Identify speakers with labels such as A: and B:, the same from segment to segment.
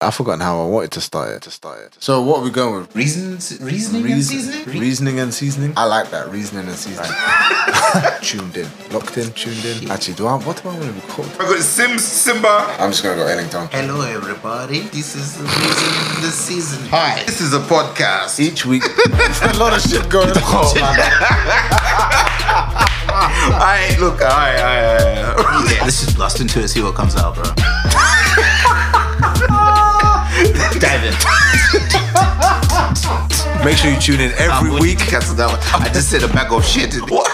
A: I've forgotten how I wanted to start it. To start it. So what are we going with?
B: Reasons, reasoning, and
A: Reason-
B: seasoning.
A: reasoning and seasoning. I like that reasoning and seasoning. tuned in, locked in, tuned in. Actually, do I? What do I want to record?
C: I got Sims, Simba.
A: I'm just gonna go Ellington.
B: Hello, everybody. This is the reason, the season. Hi.
C: This is a podcast.
A: Each week, Oh, a lot of shit going on.
C: I look, I, I,
B: Yeah, let's just blast into it, see what comes out, bro. Dive in.
A: Make sure you tune in every
B: We
A: week.
B: cancel that one. I just said a bag of shit. What?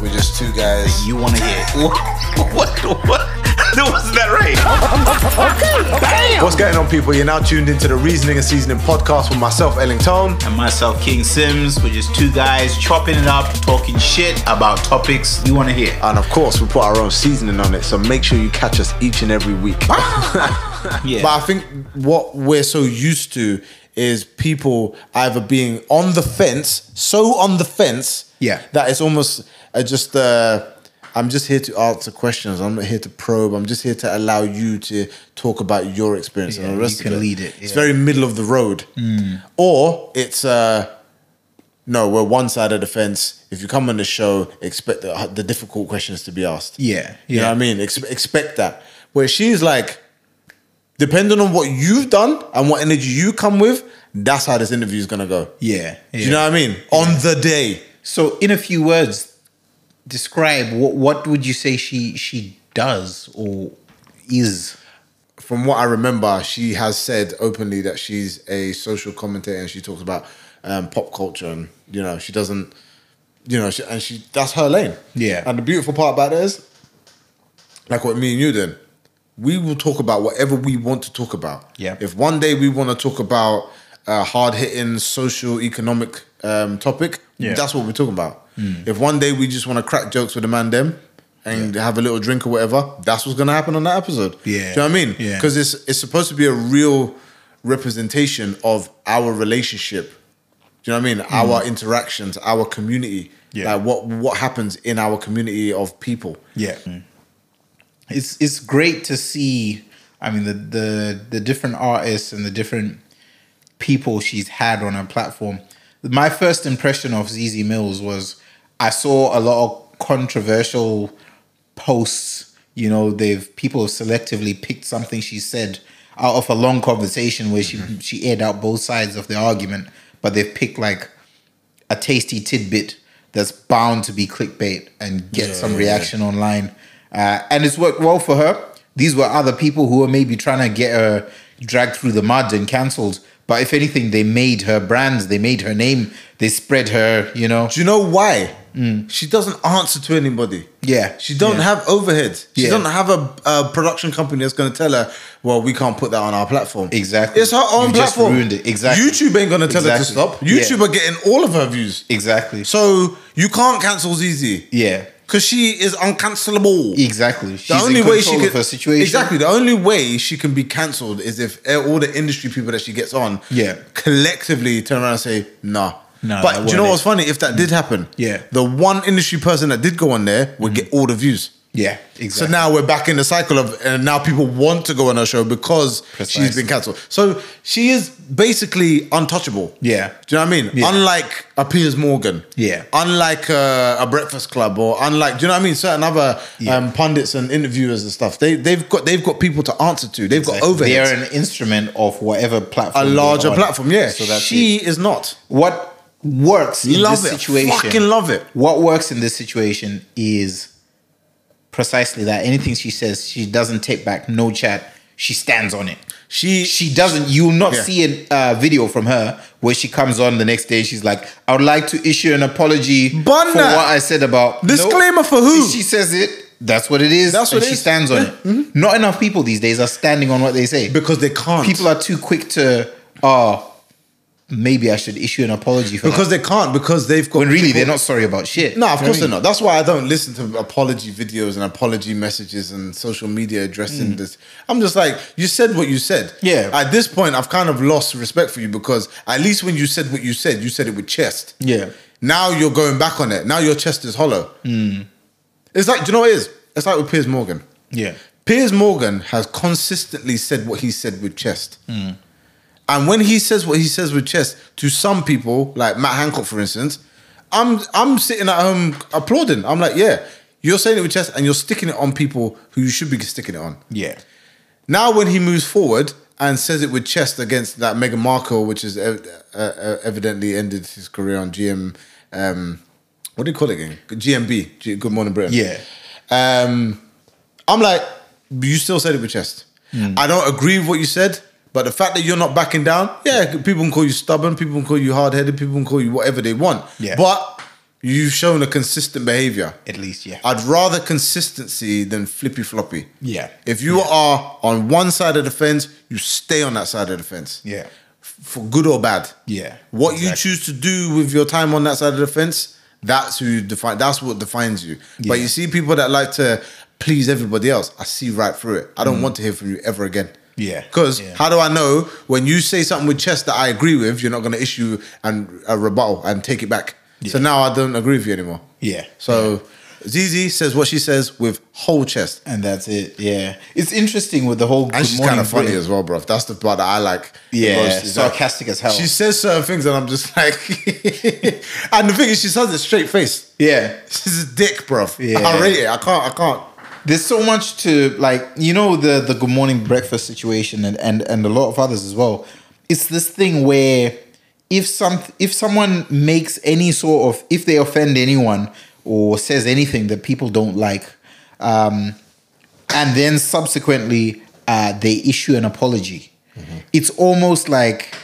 A: We're just two guys.
B: you want to hear?
C: what, what? No, wasn't that right?
A: What's going on, people? You're now tuned into the Reasoning and Seasoning podcast with myself, Ellington.
B: And myself, King Sims. We're just two guys chopping it up, talking shit about topics you want to hear.
A: And of course, we put our own seasoning on it, so make sure you catch us each and every week.
B: Yeah.
D: Ah! But I think what we're so used to is people either being on the fence, so on the fence,
B: Yeah.
D: that it's almost uh, just. Uh, I'm just here to answer questions. I'm not here to probe. I'm just here to allow you to talk about your experience
B: Yeah,
D: and the
B: you
D: rest
B: can
D: of it.
B: lead it,
D: It's
B: yeah. Mm.
D: very middle of the road, or it's uh, no, we're one side of the fence. If you come on the show, expect the, the difficult questions to be asked.
B: Yeah,
D: You know
B: yeah.
D: what I mean? Ex- expect that. Where she's like, depending on what you've done and what energy you come with, that's how this interview is going to go.
B: yeah.
D: Do you know what I mean? On the day.
B: So, in a few words, describe what what would you say she she does or is?
D: From what I remember, she has said openly that she's a social commentator and she talks about um, pop culture and, you know, she doesn't, you know, she, and she that's her lane.
B: Yeah.
D: And the beautiful part about it is, like what me and you did, we will talk about whatever we want to talk about.
B: Yeah.
D: If one day we want to talk about a hard hitting social economic um, topic,
B: Yeah. Hmm.
D: that's what we're talking about. If one day we just want to crack jokes with a man them and have a little drink or whatever, that's what's gonna happen on that episode.
B: Yeah.
D: Do you know what I mean?
B: Yeah.
D: Because it's it's supposed to be a real representation of our relationship. Do you know what I mean? Our interactions, our community.
B: Hmm. Yeah.
D: Like what what happens in our community of people.
B: Yeah. Mm. It's it's great to see I mean the the the different artists and the different people she's had on her platform. My first impression of ZZ Mills was I saw a lot of controversial posts, you know, they've people have selectively picked something she said out of a long conversation where she she aired out both sides of the argument, but they've picked like a tasty tidbit that's bound to be clickbait and get some reaction online. Uh, and it's worked well for her. These were other people who were maybe trying to get her dragged through the mud and cancelled. But if anything, they made her brands, they made her name, they spread her, you know.
D: Do you know why? She doesn't answer to anybody.
B: Hmm. Yeah.
D: She don't
B: Yeah.
D: have overheads. She
B: Yeah.
D: doesn't have a, a production company that's gonna tell her, well, we can't put that on our platform.
B: Exactly.
D: It's her own
B: You just
D: platform.
B: ruined it. Exactly.
D: YouTube ain't gonna tell
B: Exactly.
D: her to stop.
B: Yeah.
D: YouTube are getting all of her views.
B: Exactly.
D: So you can't cancel ZZ.
B: Yeah.
D: Because she is uncancelable.
B: Exactly. She's
D: The only
B: in
D: way
B: control
D: she
B: of her
D: can
B: situation.
D: exactly the only way she can be cancelled is if all the industry people that she gets on,
B: Yeah.
D: collectively turn around and say nah.
B: Nah, that
D: but do you know
B: weren't
D: what's funny? If that did happen,
B: Yeah. Mm.
D: the one industry person that did go on there would get all the views.
B: Yeah.
D: So
B: Exactly.
D: now we're back in the cycle of, and now people want to go on her show because she's
B: Precisely.
D: been cancelled. So she is basically untouchable.
B: Yeah.
D: Do you know what I mean?
B: Yeah.
D: Unlike a Piers Morgan.
B: Yeah.
D: Unlike uh, a Breakfast Club or unlike, do you know what I mean? Certain other
B: Yeah.
D: um, pundits and interviewers and stuff. They they've got they've got people to answer to. They've got
B: Exactly.
D: overheads.
B: They're an instrument of whatever
D: a
B: platform. they're
D: larger
B: on.
D: platform, yeah.
B: So that's it.
D: she is not.
B: what works in
D: Love
B: this
D: it.
B: situation
D: Fucking love it.
B: what works in this situation is precisely that anything she says she doesn't take back no chat she stands on it
D: She
B: she doesn't you'll not
D: Yeah.
B: see a uh, video from her where she comes on the next day and she's like i would like to issue an apology
D: Bun
B: for
D: that.
B: what i said about No.
D: Disclaimer for who?
B: If she says it that's what it is
D: That's
B: and
D: what it
B: she
D: is.
B: stands on
D: Yeah. Mm-hmm.
B: it not enough people these days are standing on what they say
D: because they can't.
B: people are too quick to oh maybe i should issue an apology for
D: because they can't because they've got
B: when really they're
D: people-
B: not sorry about shit
D: No, of course
B: You know what I
D: they're not. That's why I don't listen to apology videos and apology messages and social media addressing this. I'm just like, you said what you said.
B: Mm. Yeah.
D: At this point, I've kind of lost respect for you because at least when you said what you said, you said it with chest.
B: mean? yeah
D: Now you're going back
B: Mm.
D: on it. Now your chest is hollow. It's like, do you know what it is? It's like with Piers Morgan.
B: yeah
D: Piers Morgan has consistently said what he said with chest. And when he says what he says with chest, to some people, like Matt Hancock, for instance, I'm I'm sitting at home applauding. I'm like, yeah, you're saying it with chest and you're sticking it on people who you should be sticking it on.
B: Yeah.
D: Now, when he moves forward and says it with chest against that Meghan Markle, which has ev- uh, uh, evidently ended his career on GM, um, what do you call it again? GMB, G- Good Morning Britain.
B: Yeah.
D: Um, I'm like, you still said it with chest.
B: Hmm.
D: I don't agree with what you said, but the fact that you're not backing down, yeah, people can call you stubborn, people can call you hard headed, people can call you whatever they want.
B: Yeah.
D: But you've shown a consistent behavior.
B: At least, yeah.
D: I'd rather consistency than flippy floppy.
B: Yeah.
D: If you are on one side of the fence, you stay on that side of the fence.
B: yeah.
D: F- For good or bad.
B: Yeah,
D: What you
B: exactly.
D: choose to do with your time on that side of the fence, that's who you define that's what defines you. But
B: Yeah.
D: you see people that like to please everybody else, I see right through it. I don't want to hear from you ever again.
B: Mm. Yeah.
D: Because
B: Yeah.
D: how do I know when you say something with chest that I agree with, you're not gonna issue an a rebuttal and take it back. So
B: Yeah.
D: now I don't agree with you anymore.
B: Yeah.
D: So Zizi says what she says with whole chest.
B: And that's it. Yeah. It's interesting with the whole Good
D: And she's
B: Morning
D: kind of funny
B: Britain.
D: as well, bro. That's the part that I like. the
B: Yeah,
D: most, is that
B: sarcastic as hell.
D: She says certain things, and I'm just like, and the thing is, she says it straight face.
B: Yeah.
D: She's a dick, bro.
B: Yeah.
D: I rate it. I can't. I can't.
B: there's so much to like you know the the good morning breakfast situation and and, and a lot of others as well it's this thing where if some if someone makes any sort of if they offend anyone or says anything that people don't like um and then subsequently uh they issue an apology it's almost like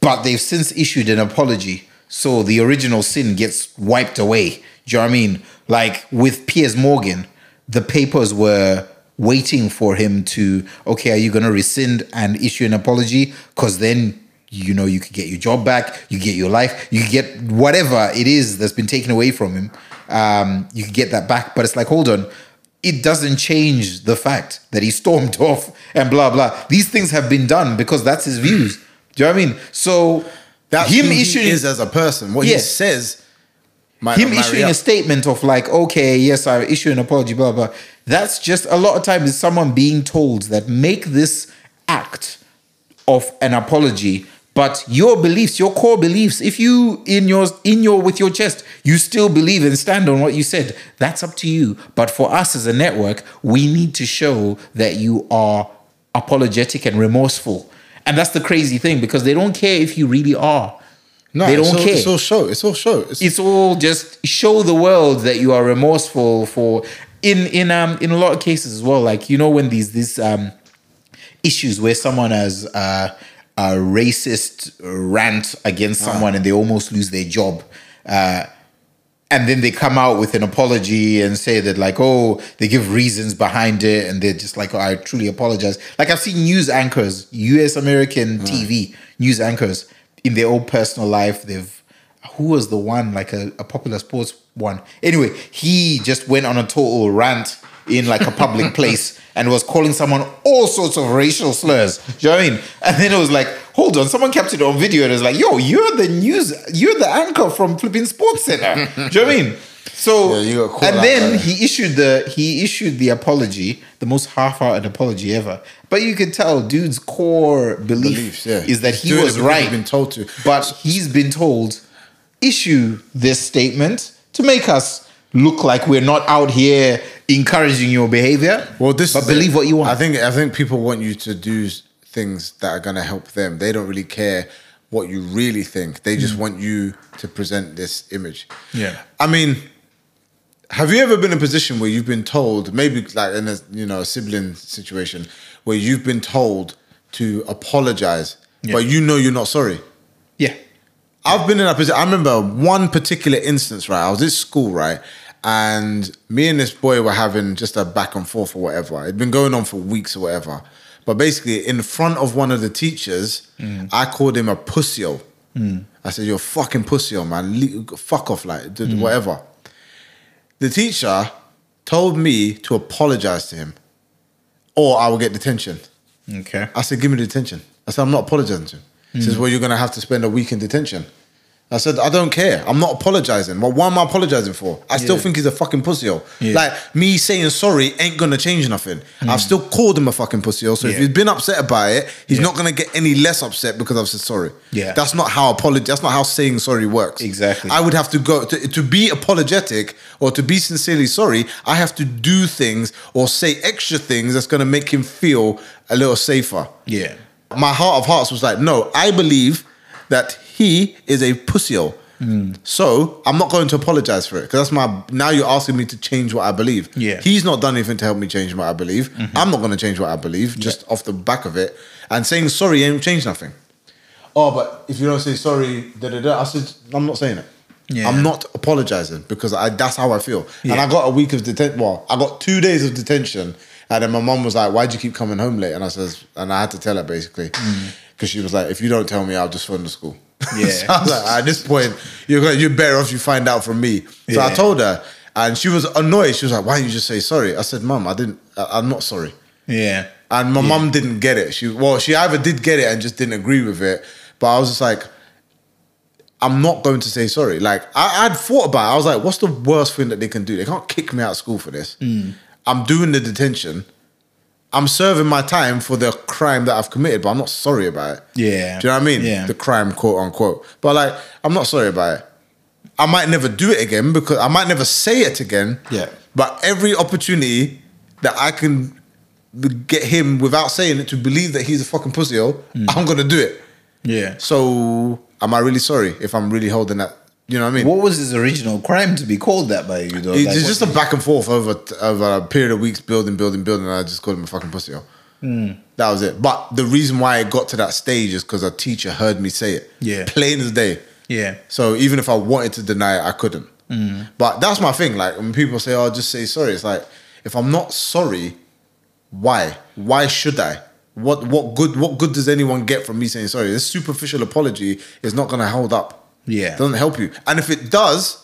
B: but they've since issued an apology. So the original sin gets wiped away. Do you know what I mean? Like with Piers Morgan, the papers were waiting for him to, okay, are you going to rescind and issue an apology? Because then, you know, you could get your job back, you get your life, you get whatever it is that's been taken away from him. Um, you could get that back. But it's like, hold on, it doesn't change the fact that he stormed off and blah, blah. These things have been done because that's his views. Do you know what I mean? So
D: That's
B: him
D: who he
B: issuing
D: is as a person. What
B: Yeah.
D: he says. Might
B: him
D: not marry
B: issuing
D: up.
B: a statement of like, okay, yes, I issue an apology, blah blah. That's just a lot of times it's someone being told that make this act of an apology, but your beliefs, your core beliefs, if you in your in your with your chest, you still believe and stand on what you said, that's up to you. But for us as a network, we need to show that you are apologetic and remorseful. And that's the crazy thing because they don't care if you really are.
D: No,
B: they
D: it's
B: don't
D: all,
B: care
D: It's all show. It's all show. It's,
B: it's all just show the world that you are remorseful for in in um in a lot of cases as well like you know when these these um issues where someone has uh, a racist rant against someone and they almost lose their job and then they come out with an apology and say that like oh they give reasons behind it and they're just like oh, i truly apologize like i've seen news anchors us american tv news anchors in their own personal life they've who was the one like a, a popular sports one anyway he just went on a total rant in like a public place and was calling someone all sorts of racial slurs. Do you know what I mean? And then it was like, hold on, someone captured it on video and it was like, yo, you're the news, you're the anchor from flipping Sports Center. Do you know what I mean? So
D: Yeah, you got caught
B: and
D: out
B: then
D: by that.
B: he issued the he issued the apology, the most half-hearted apology ever. But you could tell dude's core belief
D: Beliefs, yeah.
B: is that he
D: Doing it
B: was
D: because he's
B: right.
D: been told to.
B: But he's been told issue this statement to make us look like we're not out here encouraging your behavior.
D: Well, this
B: but
D: is
B: believe
D: it.
B: what you want.
D: I think I think people want you to do s- things that are going to help them. They don't really care what you really think. They
B: Mm.
D: just want you to present this image.
B: Yeah.
D: I mean, have you ever been in a position where you've been told, maybe like in a you know a sibling situation, where you've been told to apologize,
B: Yeah.
D: but you know you're not sorry?
B: yeah,
D: I've been in that position. I remember one particular instance, right? I was at school, right? And me and this boy were having just a back and forth or whatever. It'd been going on for weeks or whatever. But basically, in front of one of the teachers, I called him a pussyo. I said, You're a fucking pussyo, man. Le- Fuck off, like, d- whatever. The teacher told me to apologize to him or I will get detention.
B: okay,
D: I said, give me detention. I said, I'm not apologizing to him. He says, well, you're going to have to spend a week in detention. I said, I don't care. I'm not apologizing. Well, why am I apologizing for? I still
B: Yeah.
D: think he's a fucking pussy. hole.
B: Yeah. Hmm.
D: Like, me saying sorry ain't gonna change nothing. I've still called him a fucking pussy. hole, So if
B: Yeah.
D: he's been upset about it, he's
B: Yeah.
D: not gonna get any less upset because I've said sorry.
B: Yeah.
D: That's not how apology, that's not how saying sorry works.
B: Exactly.
D: I would have to go to, to be apologetic or to be sincerely sorry. I have to do things or say extra things that's gonna make him feel a little safer.
B: Yeah.
D: My heart of hearts was like, no, I believe that he is a pussy.
B: Hmm.
D: So I'm not going to apologize for it because that's my. Now you're asking me to change what I believe.
B: Yeah. Mm-hmm.
D: he's not done anything to help me change what I believe. I'm not going to change what I believe just off the back of it. And saying sorry ain't changed nothing. Oh, but if you don't say sorry, da da da. I said I'm not saying it.
B: Yeah.
D: I'm not apologizing because I that's how I feel. And
B: Yeah.
D: I got a week of detention. Well, I got two days of detention, and then my mum was like, "Why do you keep coming home late?" And I says, and I had to tell her basically because she was like, "If you don't tell me, I'll just phone the school."
B: Mm. Yeah.
D: So I was like, at this point, you're gonna, you're better off you find out from me. So I
B: Yeah.
D: told her, and she was annoyed. She was like, "Why don't you just say sorry?" I said, "Mum, I didn't. I, I'm not sorry."
B: Yeah.
D: And my mum didn't get it. She well, she either did get it and just didn't agree with it. But I was just like, I'm not going to say sorry. Like I, I'd thought about it. I was like, what's the worst thing that they can do? They can't kick me out of school for this. I'm doing the detention. I'm serving my time for the crime that I've committed, but I'm not sorry about it.
B: Yeah.
D: Do you know what I mean?
B: Yeah.
D: The crime, quote unquote. But like, I'm not sorry about it. I might never do it again because I might never say it again.
B: Yeah.
D: But every opportunity that I can get him without saying it to believe that he's a fucking pussy, hole,
B: Hmm.
D: I'm gonna do it.
B: Yeah.
D: So am I really sorry if I'm really holding that? You know what I mean?
B: What was his original crime to be called that by you? Though?
D: It's
B: Like,
D: it's just a back and forth over over a period of weeks, building, building, building, and I just called him a fucking pussy. hole.
B: Hmm.
D: That was it. But the reason why it got to that stage is because a teacher heard me say it.
B: Yeah.
D: Plain as day.
B: yeah.
D: So even if I wanted to deny it, I couldn't.
B: Mm.
D: But that's my thing. Like when people say, "Oh, just say sorry," it's like if I'm not sorry, why? Why should I? What what good what good does anyone get from me saying sorry? This superficial apology is not going to hold up.
B: Yeah.
D: it doesn't help you. And if it does,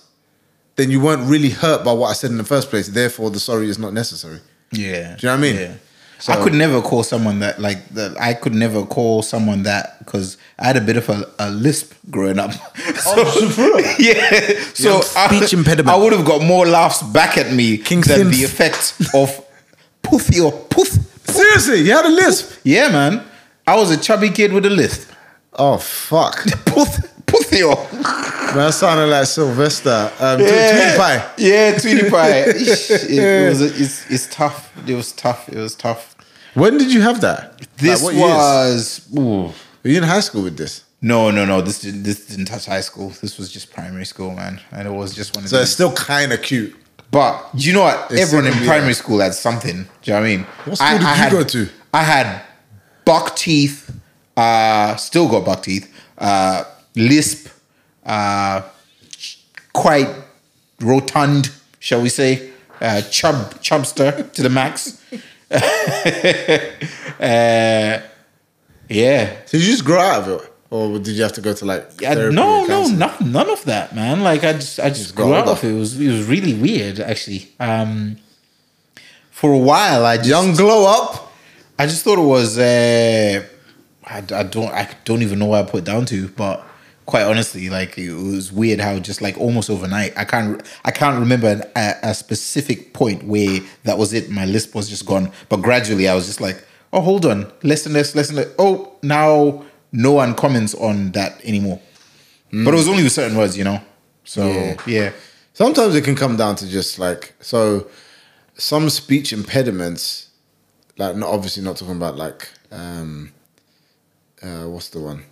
D: then you weren't really hurt by what I said in the first place. Therefore, the sorry is not necessary.
B: Yeah.
D: Do you know what I mean?
B: Yeah.
D: So-
B: I could never call someone that like that. I could never call someone that because I had a bit of a, a lisp growing up. So- yeah. So
D: speech
B: I,
D: impediment.
B: I would have got more laughs back at me
D: King
B: than
D: Sims.
B: the effect of poofy or poof.
D: Seriously, you had a lisp.
B: Yeah, man. I was a chubby kid with a lisp.
D: Oh fuck!
B: Poof, poofy or
D: Man, I sounded like Sylvester. Um,
B: yeah,
D: Tweety Pie.
B: yeah, Tweety Pie. Ish, it, it was, it's, it's tough. It was tough. It was tough.
D: When did you have that? Like,
B: This
D: what years?
B: was ooh.
D: Were you in high school with this?
B: no, no, no. This didn't, this didn't touch high school. This was just primary school, man, and it was just one of
D: So it's
B: these.
D: still kind of cute.
B: but you know what?
D: It's
B: Everyone in
D: still-
B: primary school had something. Do you know what I mean?
D: What school did you
B: had,
D: go to?
B: I had buck teeth. Uh, still got buck teeth. Uh, lisp. Uh, quite rotund, shall we say? Uh, chub chubster to the max. uh, yeah.
D: Did you just grow out of it, or did you have to go to like?
B: Yeah,
D: therapy
B: no,
D: or
B: no,
D: counseling?
B: no, none of that, man. Like I just, I just,
D: got
B: grew out
D: older.
B: of it. It was, it was really weird, actually. Um, for a while, I just,
D: Young glow up.
B: I just thought it was, uh, I, I don't, I don't even know what I put it down to, but quite honestly, like it was weird how just like almost overnight, I can't, I can't remember an, a, a specific point where that was it. My lisp was just gone, but gradually I was just like, oh, hold on, less and less, less and less. Oh, now no one comments on that anymore. But it was only with certain words, you know. So
D: Yeah.
B: yeah,
D: Sometimes it can come down to just like so. Some speech impediments, like not obviously not talking about like um, uh, what's the one?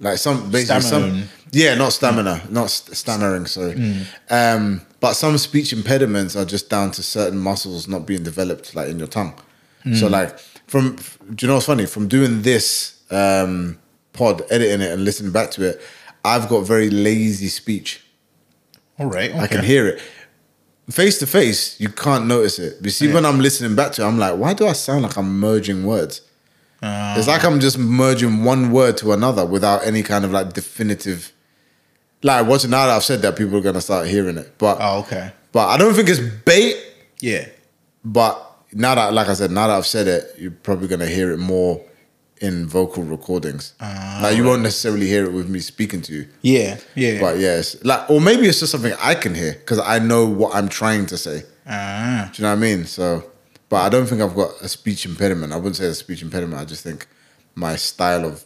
D: Like some basically some
B: Stammering.
D: yeah, not stamina, not st- stammering. Sorry, um, but some speech impediments are just down to certain muscles not being developed, like in your tongue. So like from do you know what's funny? From doing this um, pod, editing it and listening back to it, I've got very lazy speech.
B: all right, okay.
D: I can hear it. Face to face, you can't notice it. You see, when I'm listening back to it, I'm like, why do I sound like I'm merging words? it's like I'm just merging one word to another without any kind of like definitive. Like, what's now that I've said that, people are gonna start hearing it. But
B: Oh, okay,
D: but I don't think it's bait.
B: yeah,
D: But now that, like I said, now that I've said it, you're probably gonna hear it more in vocal recordings.
B: Ah,
D: like you won't necessarily hear it with me speaking to you.
B: Yeah, yeah.
D: But yes, like, or maybe it's just something I can hear because I know what I'm trying to say.
B: Ah,
D: Do you know what I mean? So, but I don't think I've got a speech impediment. I wouldn't say a speech impediment. I just think my style of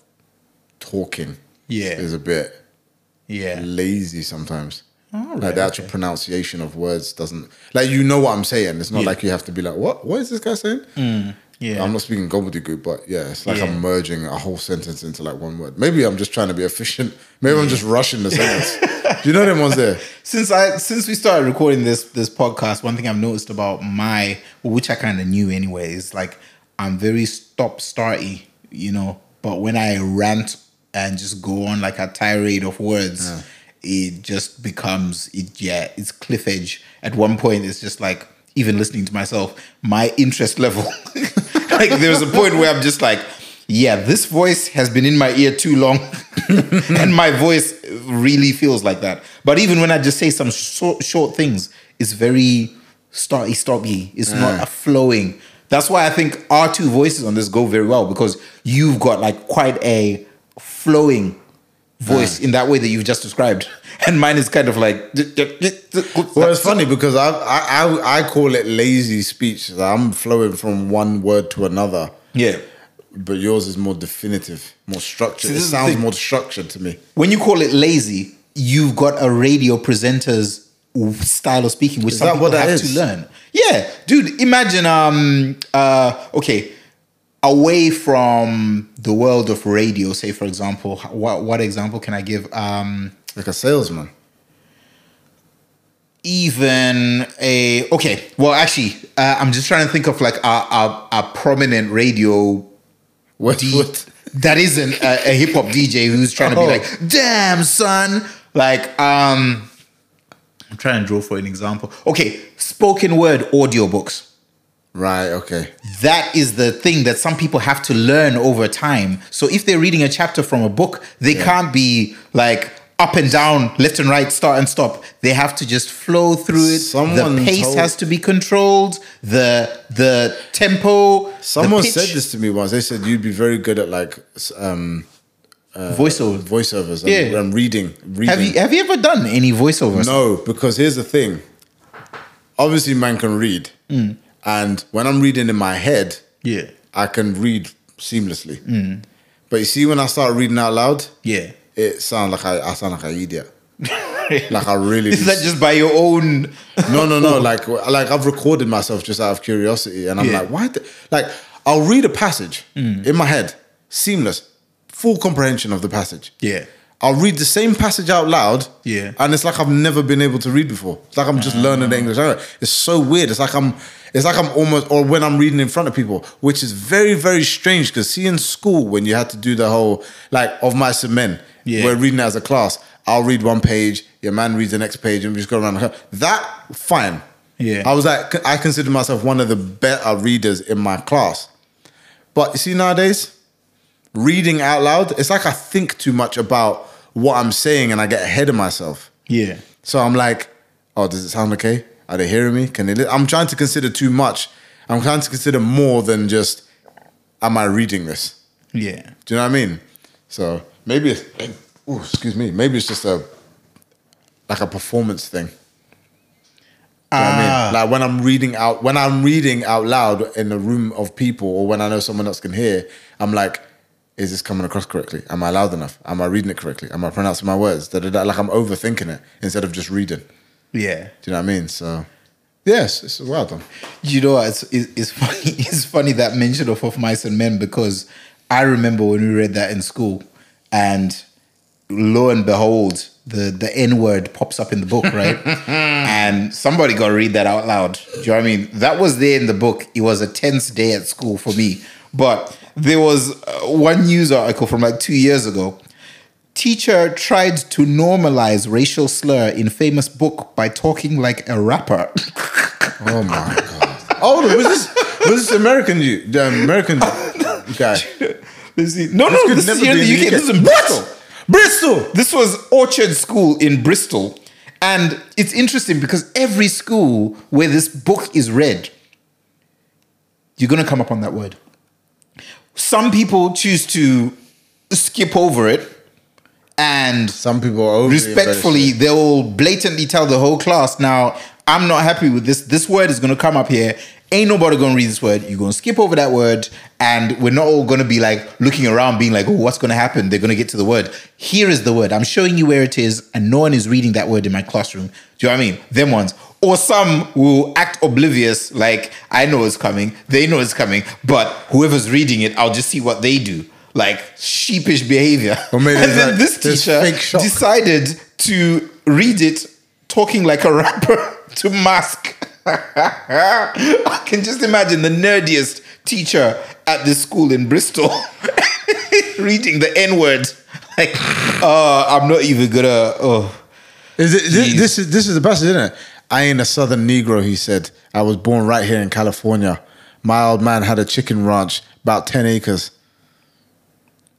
D: talking
B: Yeah.
D: is a bit
B: yeah.
D: lazy sometimes.
B: Alright,
D: like the actual
B: okay.
D: pronunciation of words doesn't like you know what I'm saying. It's not
B: Yeah.
D: like you have to be like, what? What is this guy saying?
B: Yeah.
D: I'm not speaking gobbledygook, but yeah, it's like
B: Yeah.
D: I'm merging a whole sentence into like one word. Maybe I'm just trying to be efficient. Maybe I'm just rushing the sentence. Do you know them ones there?
B: since I since we started recording this this podcast, one thing I've noticed about my which I kind of knew anyway is like I'm very stop starty, you know. But when I rant and just go on like a tirade of words, it just becomes it. Yeah, it's cliff edge. At one point, it's just like even listening to myself, my interest level. like there was a point where I'm just like. Yeah, this voice has been in my ear too long, and my voice really feels like that. But even when I just say some short, short things, it's very starty, stoppy. It's
D: Mm.
B: not a flowing. That's why I think our two voices on this go very well because you've got like quite a flowing voice
D: Mm.
B: in that way that you've just described, and mine is kind of like.
D: Well, it's funny because I, I I I call it lazy speech. I'm flowing from one word to another,
B: Yeah.
D: but yours is more definitive, more structured.
B: See,
D: it
B: this is the
D: sounds
B: thing.
D: more structured to me.
B: When you call it lazy, you've got a radio presenter's style of speaking, which
D: Is
B: some
D: that
B: people
D: what that
B: have
D: is?
B: to learn. Yeah, dude. Imagine, um, uh, okay, away from the world of radio. Say, for example, what what example can I give? Um,
D: Like a salesman.
B: even a okay. Well, actually, uh, I'm just trying to think of like a a, a prominent radio
D: What,
B: D-
D: what-
B: that isn't a, a hip hop DJ who's trying to be
D: Oh.
B: like, damn son. Like, um, I'm trying to draw for an example. Okay, spoken word audiobooks.
D: Right. Okay.
B: That is the thing that some people have to learn over time. So if they're reading a chapter from a book, they can't be like up and down, left and right, start and stop. They have to just flow through it.
D: Someone
B: the pace
D: told-
B: has to be controlled. The the tempo. the
D: Someone
B: pitch,
D: said this to me once. They said you'd be very good at like s- um,
B: voiceover.
D: voiceovers. And,
B: Yeah.
D: and reading. Reading.
B: Have you have you ever done any voiceovers?
D: No, because here's the thing. Obviously, man can read,
B: Mm.
D: and when I'm reading in my head,
B: Yeah.
D: I can read seamlessly.
B: Mm.
D: But you see, when I start reading out loud,
B: Yeah.
D: it sounds like I, I sound like an idiot. like I really
B: Is
D: do
B: that just by your own?
D: no, no, no. Like, like I've recorded myself just out of curiosity, and I'm
B: Yeah. Mm.
D: like, why? The, like, I'll read a passage in my head, seamless, full comprehension of the passage.
B: Yeah.
D: I'll read the same passage out loud.
B: Yeah. Ah.
D: and it's like I've never been able to read before. It's like I'm just learning the English. language. It's so weird. It's like I'm. It's like I'm almost, or when I'm reading in front of people, which is very, very strange. Because see, in school, when you had to do the whole like of my cement,
B: Yeah.
D: we're reading as a class. I'll read one page, your man reads the next page, and we just go around. That fine.
B: Yeah.
D: I was like, I consider myself one of the better readers in my class. But you see, nowadays, reading out loud, it's like I think too much about what I'm saying and I get ahead of myself.
B: Yeah.
D: So I'm like, oh, does it sound okay? Are they hearing me? Can they? Li-? I'm trying to consider too much. I'm trying to consider more than just, am I reading this?
B: Yeah.
D: Do you know what I mean? So maybe it's, oh, excuse me, maybe it's just a, like a performance thing. Do you know what I mean? Like when I'm reading out, when I'm reading out loud in a room of people, or when I know someone else can hear, I'm like, is this coming across correctly? Am I loud enough? Am I reading it correctly? Am I pronouncing my words? Da, da, da. Like I'm overthinking it instead of just reading. Do
B: Yeah.
D: you know what I mean? So, yes, it's well done.
B: You know, it's it's it's funny. It's funny that mention of of mice and men because I remember when we read that in school, and lo and behold, the the N word pops up in the book, right? and somebody got to read that out loud. Do you know what I mean? That was there in the book. It was a tense day at school for me. But there was uh, one news article from like two years ago. Teacher tried to normalize racial slur in famous book by talking like a rapper.
D: Oh my god. Oh, was this was this American you the American guy?
B: This is- no,
D: This
B: no,
D: could
B: this is
D: never
B: here in
D: be
B: the
D: in the
B: UK.
D: UK.
B: This is in
D: What?
B: Bristol.
D: Bristol.
B: This was Orchard School in Bristol. And it's interesting because every school where this book is read, you're going to come up on that word. some people choose to skip over it and
D: Some people are overly
B: respectfully
D: embarrassed.
B: they'll blatantly tell the whole class now i'm not happy with this this word is going to come up here ain't nobody going to read this word you're going to skip over that word and we're not all going to be like looking around being like oh what's going to happen they're going to get to the word here is the word i'm showing you where it is and no one is reading that word in my classroom do you know what i mean them ones or some will act oblivious like i know it's coming they know it's coming but whoever's reading it i'll just see what they do like sheepish behavior
D: Or maybe
B: and
D: it's
B: then
D: like,
B: this
D: there's
B: teacher
D: fake shock.
B: decided to read it talking like a rapper to mask. I can just imagine the nerdiest teacher at this school in Bristol reading the N word. Like, uh, I'm not even gonna. Oh,
D: Is it,
B: Jeez.
D: this, this is this is the best, isn't it? I ain't a Southern Negro, he said. I was born right here in California. My old man had a chicken ranch, about ten acres.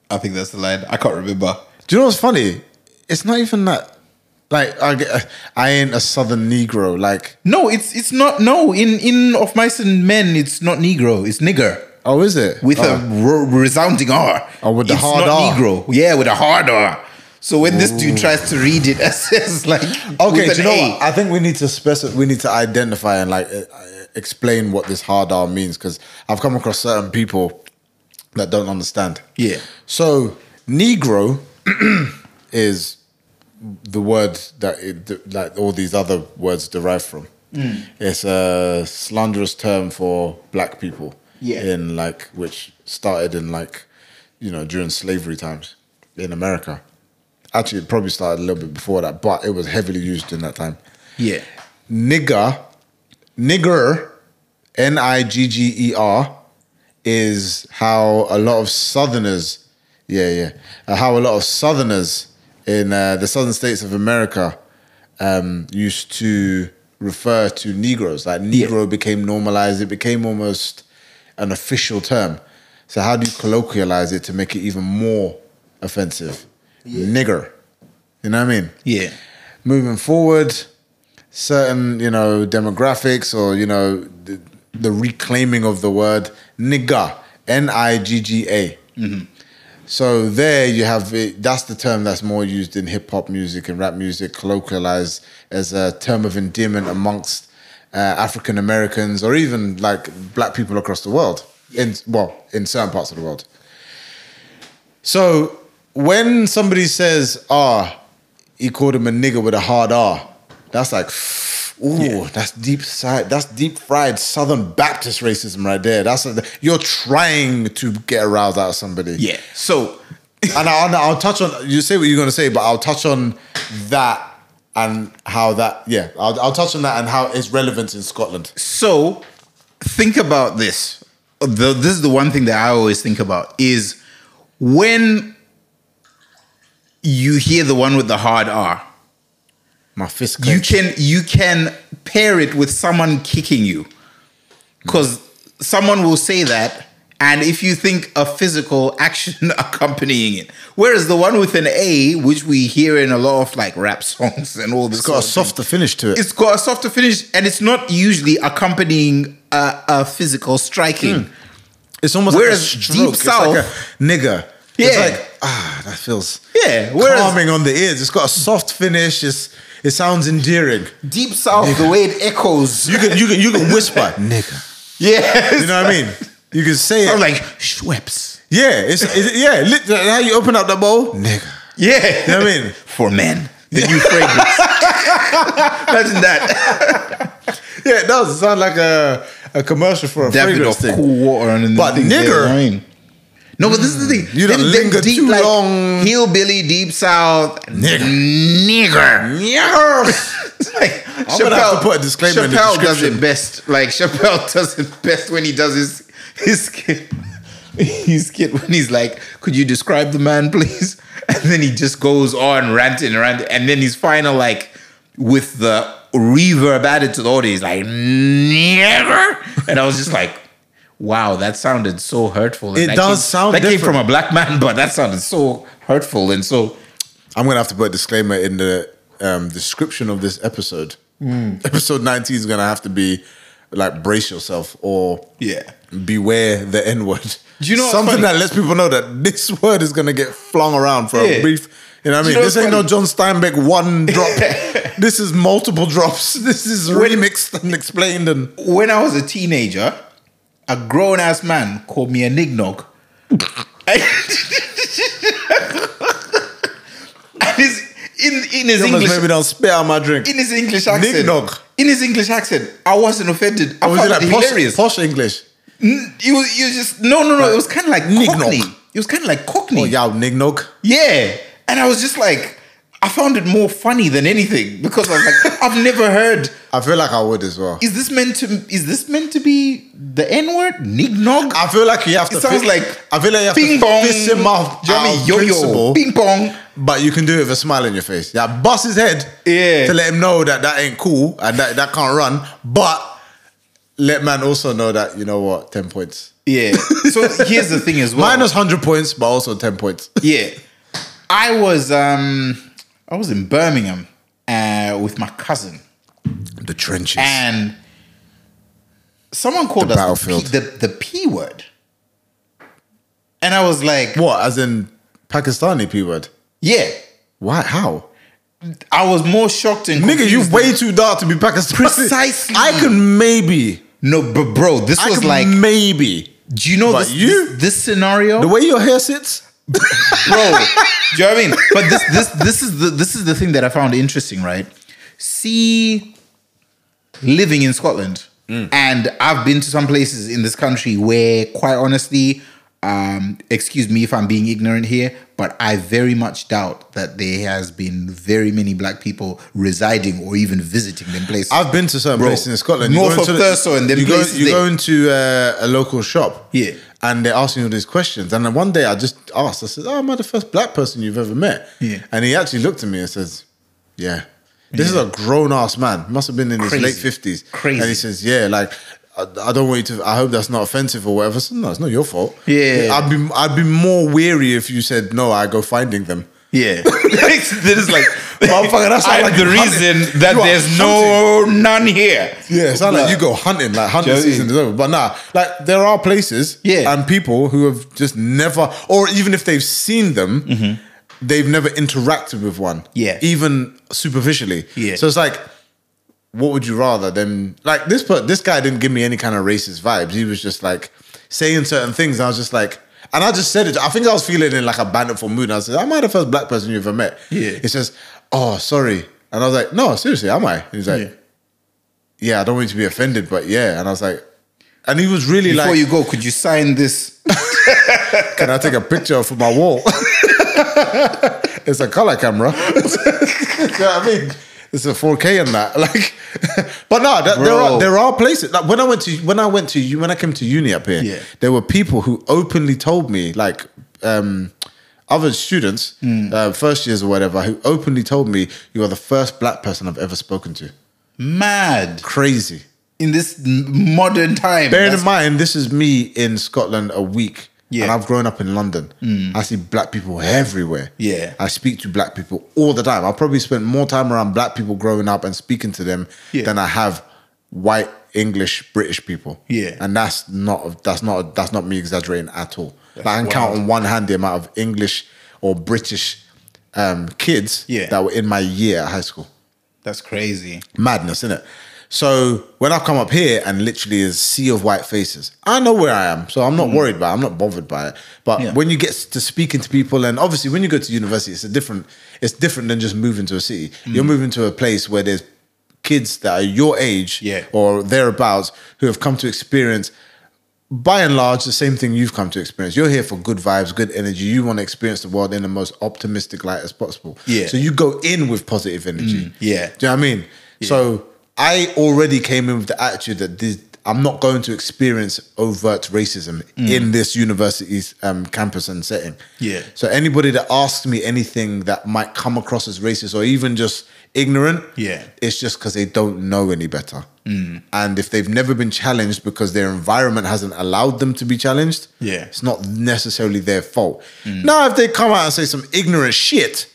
B: I think that's the line. I can't remember.
D: Do you know what's funny? It's not even that. Like I, get- I ain't a Southern Negro. Like
B: No, it's it's not. No, in in of mice and men, it's not Negro. It's nigger.
D: oh, is it
B: with
D: oh.
B: a re- resounding R.
D: Oh, with the
B: It's
D: hard
B: not
D: R.
B: Negro. Yeah, with a hard R. So when this dude tries to read it, it says like
D: Oh. Okay,
B: with
D: do you
B: an
D: know
B: A.
D: what? I think we need to specify, we need to identify and like uh, uh, explain what this hard R means because I've come across certain people that don't understand.
B: Yeah.
D: So Negro is the word that it, th- like all these other words derive from. It's a slanderous term for black people.
B: Yeah.
D: In like which started in like you know during slavery times in America. Actually, it probably started a little bit before that, but it was heavily used in that time.
B: Yeah.
D: Nigger, nigger, N I G G E R, is how a lot of Southerners, yeah, yeah, uh, how a lot of Southerners in uh, the Southern states of America um, used to refer to Negroes. Like Negro became normalized; it became almost an official term. So how do you colloquialize it to make it even more offensive? Nigger, you know what I mean?
B: Yeah.
D: moving forward, certain you know demographics or you know the, the reclaiming of the word nigga, n i g g a. So there you have it. That's the term that's more used in hip hop music and rap music, colloquialized as a term of endearment amongst uh, African Americans or even like black people across the world. In well, in certain parts of the world. So when somebody says, ah, he called him a nigger with a hard R, that's like, ooh, that's deep side, that's deep fried Southern Baptist racism right there. That's you're trying to get aroused out of somebody.
B: Yeah. So
D: And I'll, I'll touch on, you say what you're going to say, but I'll touch on that and how that, yeah, I'll, I'll touch on that and how it's relevant in Scotland.
B: so think about this. The, this is the one thing that I always think about is when you hear the one with the hard R,
D: My fist
B: you
D: clenched.
B: can you can pair it with someone kicking you because someone will say that and if you think a physical action accompanying it whereas the one with an a which we hear in a lot of like rap songs and all this
D: It's got a
B: sort of thing,
D: softer finish to it.
B: it's got a softer finish and it's not usually accompanying a, a physical striking
D: Hmm. It's almost
B: Whereas
D: like a stroke.
B: deep
D: it's like
B: south-
D: a nigger. It's
B: Yeah.
D: like, ah, that feels
B: Yeah, whereas-
D: calming on the ears. It's got a soft finish. It's, it sounds endearing.
B: deep south the way it echoes
D: You can you can you can whisper nigger.
B: yeah
D: You know what I mean? You can say
B: i'm
D: it.
B: like schweppes
D: yeah, it's it, yeah. Lit, how you open up the bowl? Nigger.
B: yeah
D: You know what I mean?
B: for men the new fragrance imagine that
D: Yeah, it does. It sounds like a, a commercial for a
B: Davidoff
D: fragrance thing.
B: cool water and then
D: But
B: things
D: nigger-
B: there, I mean. No, but this is the thing.
D: You done
B: Them- them
D: lingered
B: deep,
D: too long.
B: Hillbilly, deep south,
D: Nigger.
B: nigger.
D: Yes.
B: It's like
D: I'm gonna have to put a disclaimer in the
B: Chappelle does
D: description.
B: it best. Like Chappelle does it best when he does his his skit. His skit when he's like, "Could you describe the man, please?" And then he just goes on ranting and ranting, and then his final like with the reverb added to the audio, he's like, "Never." And I was just like. Wow, that sounded so hurtful. And
D: It
B: that
D: does
B: came-
D: sound
B: that came
D: different.
B: from a black man, but that sounded so hurtful and so
D: I'm gonna have to put a disclaimer in the um, description of this
B: Hmm.
D: episode. Episode 19 is gonna have to be like brace yourself or
B: yeah.
D: beware the N word.
B: Do you know what's
D: something
B: funny?
D: that lets people know that this word is gonna get flung around for
B: Yeah.
D: a brief? You know what I
B: Do you
D: mean?
B: know
D: this
B: what's
D: ain't no
B: funny?
D: John Steinbeck one drop. this is multiple drops. This is remixed and explained and
B: when I was a teenager, a grown ass man called me a nignog. and his, in, in his
D: you almost made me
B: English
D: don't spit out my drink.
B: in his English accent.
D: Nignog.
B: In his English accent, I wasn't offended. I
D: Or was
B: found
D: it
B: it
D: like posh,
B: hilarious.
D: posh English?
B: N- It was, it was just no, no, no. It was kind of like
D: Nignog.
B: Cockney. It was kind of like Cockney.
D: Oh, y'all nignog.
B: Yeah. And I was just like, I found it more funny than anything because I was like, I've never heard.
D: I feel like I would as well.
B: Is this meant to? Is this meant to be the N word? Nignog.
D: I feel like you have to.
B: It sounds
D: fi-
B: like
D: I feel like you have
B: Ping
D: to
B: pong.
D: fist him off.
B: Do you know what I
D: out
B: mean?
D: of
B: Yo yo.
D: principle,
B: Ping pong.
D: but you can do it with a smile on your face. Yeah, bust his head.
B: Yeah.
D: To let him know that that ain't cool and that that can't run. But let man also know that you know what, ten points.
B: Yeah. So here's the thing as well.
D: Minus hundred points, but also ten points.
B: Yeah. I was um I was in Birmingham uh with my cousin
D: The trenches.
B: and someone called
D: The
B: us the P,
D: battlefield.
B: the, the P word. And I was like,
D: what? As in Pakistani p word?
B: yeah.
D: Why? How?
B: I was more shocked and
D: Nigga,
B: confused
D: you
B: than-
D: way too dark to be Pakistani.
B: Precisely.
D: I can maybe.
B: No, but bro, this
D: I
B: was
D: can
B: like
D: maybe.
B: do you know
D: But
B: this,
D: you-
B: this this scenario?
D: The way your hair sits.
B: bro. Do you know what I mean? But this this this is the this is the thing that I found interesting, right? See, living in Scotland, and I've been to some places in this country where, quite honestly, um, excuse me if I'm being ignorant here, but I very much doubt that there has been very many black people residing or even visiting them places.
D: I've been to certain
B: Bro,
D: places in Scotland.
B: north
D: into
B: of
D: the-
B: Thurso and them
D: you go,
B: places
D: you go
B: there.
D: into uh, a local shop,
B: Yeah.
D: and they're asking you all these questions. And then one day I just asked, I said, "Oh, am I the first black person you've ever met?"
B: Yeah.
D: And he actually looked at me and says, "Yeah." This is a grown ass man. Must have been in
B: Crazy.
D: his late fifties.
B: Crazy.
D: And he says, "Yeah, like." I I don't want you to. I hope that's not offensive or whatever. I said, no, it's not your fault.
B: Yeah.
D: I'd be I'd be more weary if you said no. I go finding them.
B: yeah, this is like
D: Motherfucker, that's not
B: I'm
D: like
B: the
D: you
B: reason
D: hunting.
B: that
D: You are
B: there's no none here.
D: Yeah, it's not like
B: But-
D: you go hunting, like hunting
B: Do you know what I
D: season is over. But nah, like there are places
B: Yeah.
D: and people who have just never, or even if they've seen them, they've never interacted with one.
B: Mm-hmm. Yeah.
D: Even superficially.
B: Yeah.
D: So it's like, what would you rather than like this per- this guy didn't give me any kind of racist vibes. He was just like saying certain things. And I was just like, and I just said it. I think I was feeling in like a banterful mood. And I said, Am I the first black person you ever met?
B: Yeah.
D: He says, Oh, sorry. And I was like, No, seriously, am I? He's like,
B: Yeah.
D: yeah, I don't want you to be offended, but yeah. And I was like, and he was really
B: Before
D: like,
B: you go, could you sign this?
D: can I take a picture for my wall? it's a color camera. Do you know what I mean? It's a 4K and that. Like, but no, that, there
B: Bro.
D: are there are places. Like when I went to when I went to U- when I came to uni up here,
B: Yeah.
D: there were people who openly told me, like um, other students,
B: Hmm.
D: uh, first years or whatever, who openly told me, "You are the first black person I've ever spoken to."
B: Mad
D: Crazy.
B: in this m- modern time.
D: Bearing in
B: That's-
D: mind, this is me in Scotland a week.
B: Yeah. Mm.
D: And I've grown up in London. I see black people everywhere.
B: Yeah.
D: I speak to black people all the time. I probably spent more time around black people growing up and speaking to them
B: Yeah.
D: than I have white English British people.
B: Yeah.
D: And that's not that's not that's not me exaggerating at all. Like, I can
B: wild.
D: count on one hand the amount of English or British um, kids
B: Yeah.
D: that were in my year at high school
B: That's crazy.
D: madness, isn't it? So when I come up here and literally is sea of white faces, I know where I am, so I'm not worried by it. I'm not bothered by it. But
B: Hmm. Yeah.
D: when you get to speaking to people, and obviously when you go to university, it's a different. It's different than just moving to a city.
B: Hmm.
D: You're moving to a place where there's kids that are your age
B: Yeah.
D: or thereabouts who have come to experience by and large, the same thing you've come to experience. You're here for good vibes, good energy. You want to experience the world in the most optimistic light as possible.
B: Yeah. Hmm.
D: So you go in with positive energy.
B: yeah.
D: Do you know what I mean? So I already came in with the attitude that this, I'm not going to experience overt racism in this university's um, campus and setting.
B: Mm. Yeah.
D: So anybody that asks me anything that might come across as racist or even just ignorant,
B: Yeah. Mm.
D: it's just because they don't know any better. And if they've never been challenged because their environment hasn't allowed them to be challenged,
B: Yeah. Mm.
D: it's not necessarily their fault. Now, if they come out and say some ignorant shit,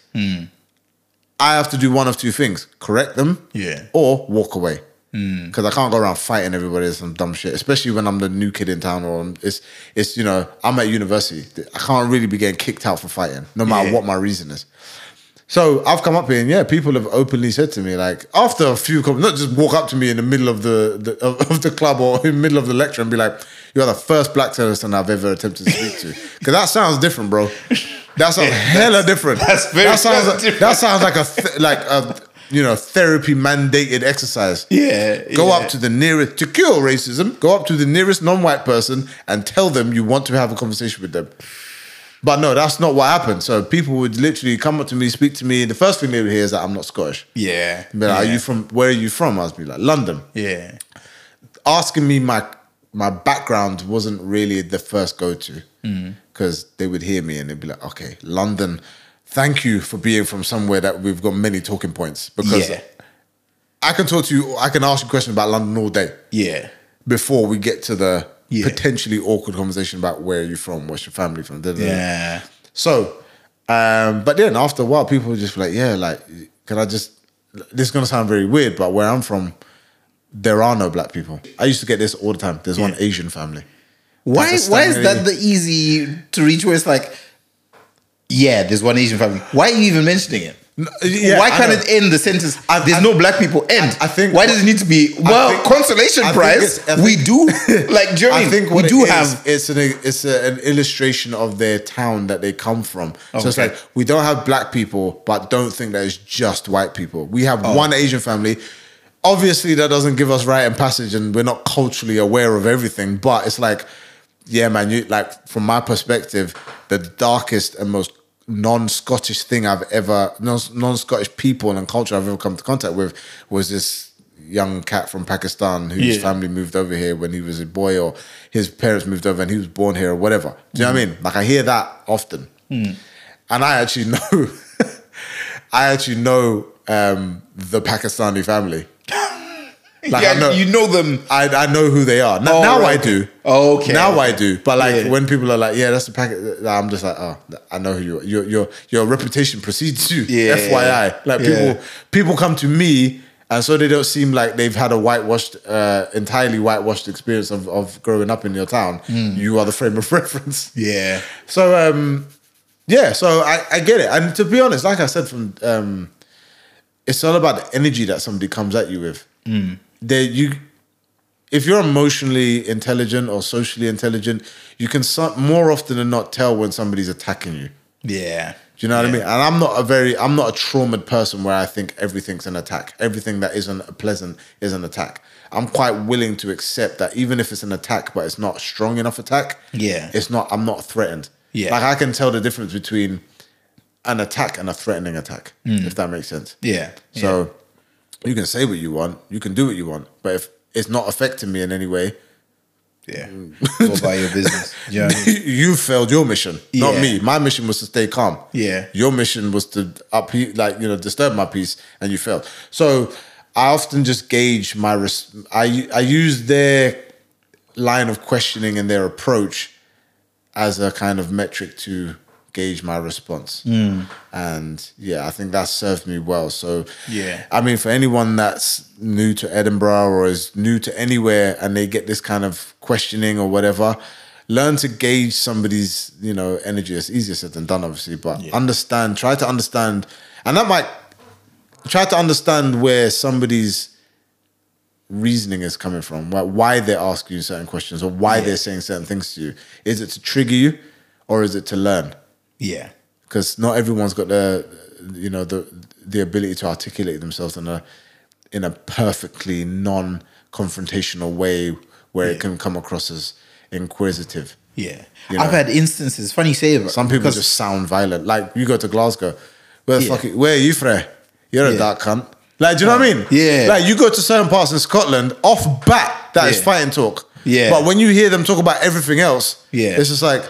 D: I have to do one of two things correct them
B: Yeah. Hmm.
D: or walk away. Because I can't go around fighting everybody or some dumb shit, especially when I'm the new kid in town or I'm- it's it's you know I'm at university. I can't really be getting kicked out for fighting, no matter
B: Yeah.
D: what my reason is. So I've come up here, and yeah, people have openly said to me, like, after a few, com- not just walk up to me in the middle of the, the of, of the club or in the middle of the lecture and be like, "You are the first black terrorist I've ever attempted to speak to," because that sounds different, bro. That sounds hella different.
B: that's very
D: that sounds like,
B: different.
D: that sounds like a th- like a you know therapy mandated exercise.
B: Yeah,
D: Go
B: yeah.
D: up to the nearest to cure racism. Go up to the nearest non-white person and tell them you want to have a conversation with them. But no, that's not what happened. So people would literally come up to me, speak to me. The first thing they would hear is that I'm not Scottish.
B: Yeah.
D: Be like,
B: yeah.
D: Are you from? Where are you from? I was be like, London.
B: Yeah.
D: Asking me my my background wasn't really the first go to
B: Mm.
D: because they would hear me and they'd be like, okay, London. Thank you for being from somewhere that we've got many talking points because
B: Yeah.
D: I can talk to you. I can ask you questions about London all day
B: Yeah.
D: before we get to the
B: Yeah.
D: potentially awkward conversation about where are you from, what's your family from. da, da, da.
B: Yeah.
D: So, um, but then after a while, people were just like, yeah, like, can I just, this is going to sound very weird, but where I'm from, there are no black people. I used to get this all the time. There's one
B: Yeah.
D: Asian family.
B: Why?
D: That's a
B: Why is that
D: standard-
B: the easy to reach? Where it's like, yeah, there's one Asian family. Why are you even mentioning it?
D: yeah,
B: why
D: I
B: can't
D: know.
B: it end the sentence?
D: I-
B: there's
D: I-
B: no black people. End.
D: I- I think-
B: Why does it need to be? Well,
D: think-
B: consolation
D: I think
B: prize.
D: it's- I
B: we
D: think-
B: do like. Do you know what I mean?
D: what
B: we
D: it
B: do
D: is,
B: have.
D: it's an it's a, an illustration of their town that they come from. So it's
B: Okay.
D: like we don't have black people, but don't think that it's just white people. We have one Asian family. Obviously, that doesn't give us right and passage, and we're not culturally aware of everything. But it's like, yeah, man, you like from my perspective, the darkest and most non-Scottish thing I've ever non- non-Scottish people and culture I've ever come to contact with was this young cat from Pakistan whose
B: Yeah.
D: family family moved over here when he was a boy or his parents moved over and he was born here or whatever. Do you know what I mean? Like I hear that often. And I actually know I actually know um, the Pakistani family. Like
B: yeah,
D: I know
B: you know them.
D: I, I know who they are. Now,
B: Oh,
D: now
B: right,
D: I do.
B: okay. Okay,
D: Now I
B: okay.
D: do. But like
B: Yeah.
D: when people are like, yeah, that's the packet I'm just like, oh, I know who you are. Your your your reputation precedes you.
B: Yeah.
D: FYI. Like
B: Yeah.
D: people people come to me and so they don't seem like they've had a whitewashed, uh, entirely whitewashed experience of, of growing up in your town.
B: Hmm.
D: You are the frame of reference.
B: Yeah.
D: So um, yeah, so I, I get it. And to be honest, like I said, from um, it's all about the energy that somebody comes at you with. There you, if you're emotionally intelligent or socially intelligent, you can so, more often than not tell when somebody's attacking you.
B: Yeah.
D: Do you know what I mean? And I'm not a very, I'm not a traumatized person where I think everything's an attack. Everything that isn't pleasant is an attack. I'm quite willing to accept that even if it's an attack, but it's not a strong enough attack.
B: Yeah.
D: it's not. I'm not threatened.
B: Yeah.
D: like I can tell the difference between an attack and a threatening attack, if that makes sense.
B: Hmm. Yeah.
D: So you can say what you want, you can do what you want, but if it's not affecting me in any way,
B: yeah. Go about your business. Do you know what I mean?
D: you failed your mission,
B: Yeah.
D: not me. My mission was to stay calm.
B: Yeah.
D: Your mission was to up, like you know, disturb my peace, and you failed. So I often just gauge my. Res- I I use their line of questioning and their approach as a kind of metric to gauge my response. And yeah, I think that served me well. So
B: Yeah.
D: I mean, for anyone that's new to Edinburgh or is new to anywhere and they get this kind of questioning or whatever, learn to gauge somebody's, you know, energy. It's easier said than done, obviously, but understand, try to understand. And that might try to understand where somebody's reasoning is coming from, why, why they're asking you certain questions or why they're saying certain things to you. Is it to trigger you or is it to learn?
B: Yeah.
D: because not everyone's got the you know the the ability to articulate themselves in a in a perfectly non confrontational way where it
B: Yeah.
D: can come across as inquisitive.
B: Yeah.
D: You
B: I've
D: know.
B: had instances. Funny you say that.
D: Some people
B: because-
D: just sound violent. Like you go to Glasgow, where the
B: Yeah.
D: fuck you- where are you from? You're
B: Yeah.
D: a dark cunt. Like, do you know what I mean?
B: Yeah.
D: Like you go to certain parts in Scotland, off bat that is
B: Yeah.
D: fighting talk.
B: Yeah.
D: But when you hear them talk about everything else,
B: Yeah.
D: it's just like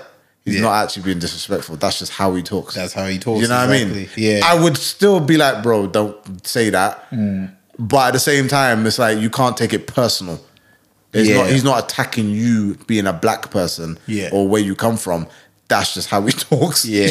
D: he's
B: Yeah.
D: not actually being disrespectful. That's just how he talks.
B: That's how he talks.
D: You know what I
B: exactly.
D: mean?
B: Yeah.
D: I would still be like, bro, don't say that.
B: Mm.
D: But at the same time, it's like you can't take it personal. It's
B: Yeah.
D: not, he's not attacking you being a black person
B: Yeah.
D: or where you come from. that's just how he talks.
B: Yeah,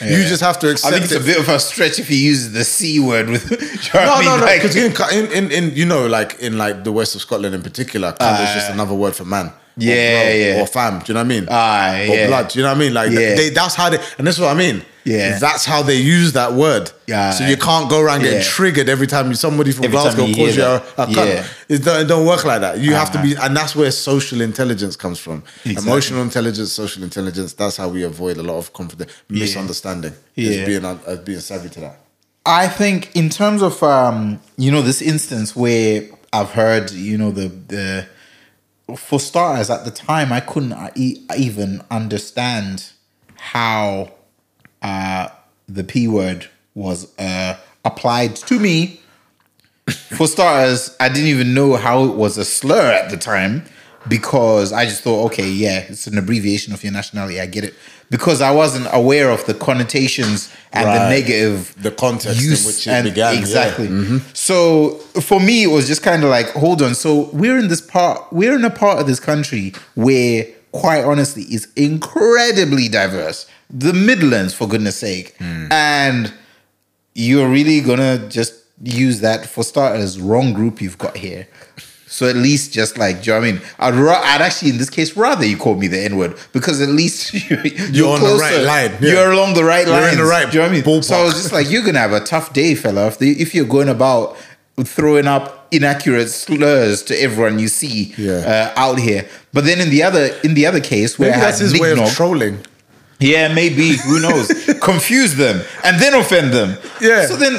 D: you, you
B: yeah.
D: just have to accept
B: I think it's
D: it.
B: a bit of a stretch if he uses the c word with.
D: no, no, no,
B: like,
D: because in, in in you know, like in like the west of Scotland in particular, cum is just another word for man.
B: Uh, Yeah,
D: or bro,
B: yeah.
D: or fam. Do you know what I mean?
B: Ah,
D: or
B: yeah.
D: Oh, blood. Do you know what I mean? Like
B: Yeah.
D: they, that's how they, and that's what I mean.
B: Yeah.
D: that's how they use that word.
B: Yeah.
D: so you can't go around getting
B: Yeah.
D: triggered every time you somebody from
B: Every time
D: Glasgow
B: you
D: calls you
B: hear
D: a,
B: that.
D: a cunt.
B: Yeah. Uh-huh.
D: It don't, it don't work like that. You have to be, and that's where social intelligence comes from.
B: Exactly.
D: Emotional intelligence, social intelligence. That's how we avoid a lot of conflict misunderstanding.
B: Yeah.
D: Is being uh, being savvy to that.
B: I think in terms of um, you know this instance where I've heard you know the the for starters at the time I couldn't e- even understand how uh, the p word was uh, applied to me. For starters, I didn't even know how it was a slur at the time because I just thought, okay, yeah, it's an abbreviation of your nationality. I get it because I wasn't aware of the connotations and the
D: Right.
B: negative
D: The context in
B: use
D: which it began, yeah. Mm-hmm.
B: Exactly. So for me, it was just kind of like, hold on. So we're in this part, we're in a part of this country where, quite honestly, is incredibly diverse. The Midlands, for goodness sake,
D: Hmm.
B: and you're really gonna just use that for starters. Wrong group you've got here. So at least just like, do you know what I mean? I'd, ra- I'd actually, in this case, rather you called me the N word because at least you're, you're
D: on the right line, yeah.
B: You're along the right
D: You're
B: line.
D: in the right
B: Do you know what I mean? So I
D: ballpark.
B: was just like, you're gonna have a tough day, fella, if, the, if you're going about throwing up inaccurate slurs to everyone you see
D: Yeah.
B: uh, out here. But then in the other in the other case where
D: Maybe
B: I had
D: that's his way
B: knick-knock-
D: of trolling.
B: yeah, maybe. Who knows? Confuse them and then offend them.
D: Yeah.
B: So then,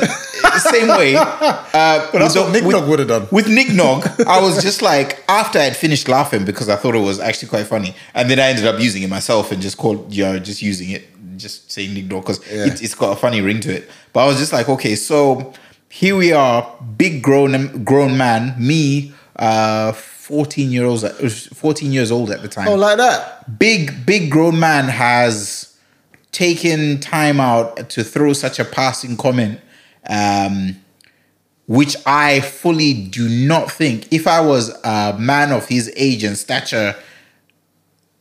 B: same way. Uh,
D: that's
B: with
D: what
B: the-
D: Nick
B: with-
D: Nog would've done.
B: With Nick Nog, I was just like, after I had finished laughing because I thought it was actually quite funny, and then I ended up using it myself and just called, you know, just using it, just saying Nick Nog because
D: Yeah.
B: it, it's got a funny ring to it. But I was just like, okay, so here we are, big grown grown man, me, uh, fourteen year olds, uh, fourteen years old at the time
D: Oh, like that.
B: big big grown man has taken time out to throw such a passing comment um which i fully do not think if i was a man of his age and stature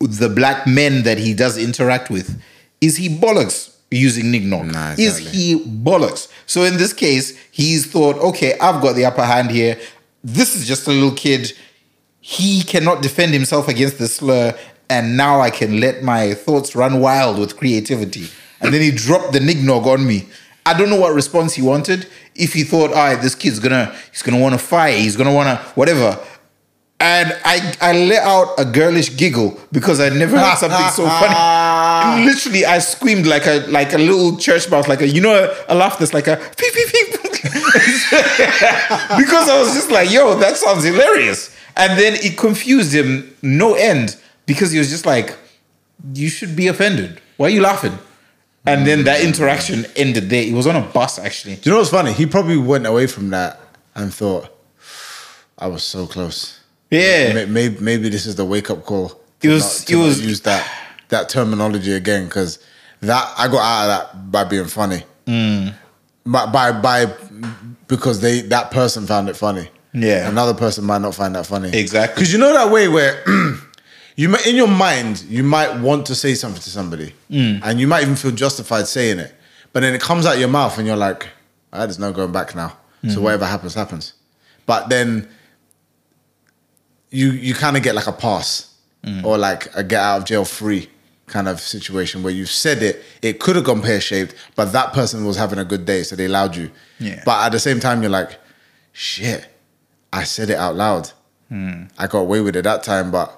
B: the black men that he does interact with is he bollocks using nick
D: Nah,
B: is
D: exactly.
B: he bollocks so in this case he's thought okay i've got the upper hand here this is just a little kid he cannot defend himself against the slur, and now I can let my thoughts run wild with creativity. And then he dropped the nignog on me. I don't know what response he wanted. If he thought, all right, this kid's gonna, he's gonna want to fight, he's gonna want to whatever. And I, I let out a girlish giggle because I never had something so funny. Literally, I screamed like a like a little church mouse, like a you know a, a laugh that's like a peep peep peep. because I was just like, yo, that sounds hilarious. And then it confused him no end because he was just like, you should be offended. Why are you laughing? And then that interaction ended there. It was on a bus, actually.
D: Do you know what's funny? He probably went away from that and thought, I was so close.
B: Yeah.
D: Maybe, maybe this is the wake up call.
B: It
D: to
B: was-
D: not- to
B: it
D: not
B: was-
D: use that that terminology again because that I got out of that by being funny.
B: Mm.
D: By, by by because they that person found it funny.
B: Yeah.
D: another person might not find that funny.
B: Exactly.
D: because you know that way where you might in your mind you might want to say something to somebody
B: Mm.
D: and you might even feel justified saying it but then it comes out your mouth and you're like "Ah, there's no going back now
B: Mm-hmm.
D: so whatever happens happens but then you you kind of get like a pass
B: Mm.
D: or like a get out of jail free kind of situation where you've said it it could have gone pear-shaped but that person was having a good day so they allowed you
B: Yeah.
D: but at the same time you're like shit i said it out loud
B: Hmm.
D: I got away with it that time, but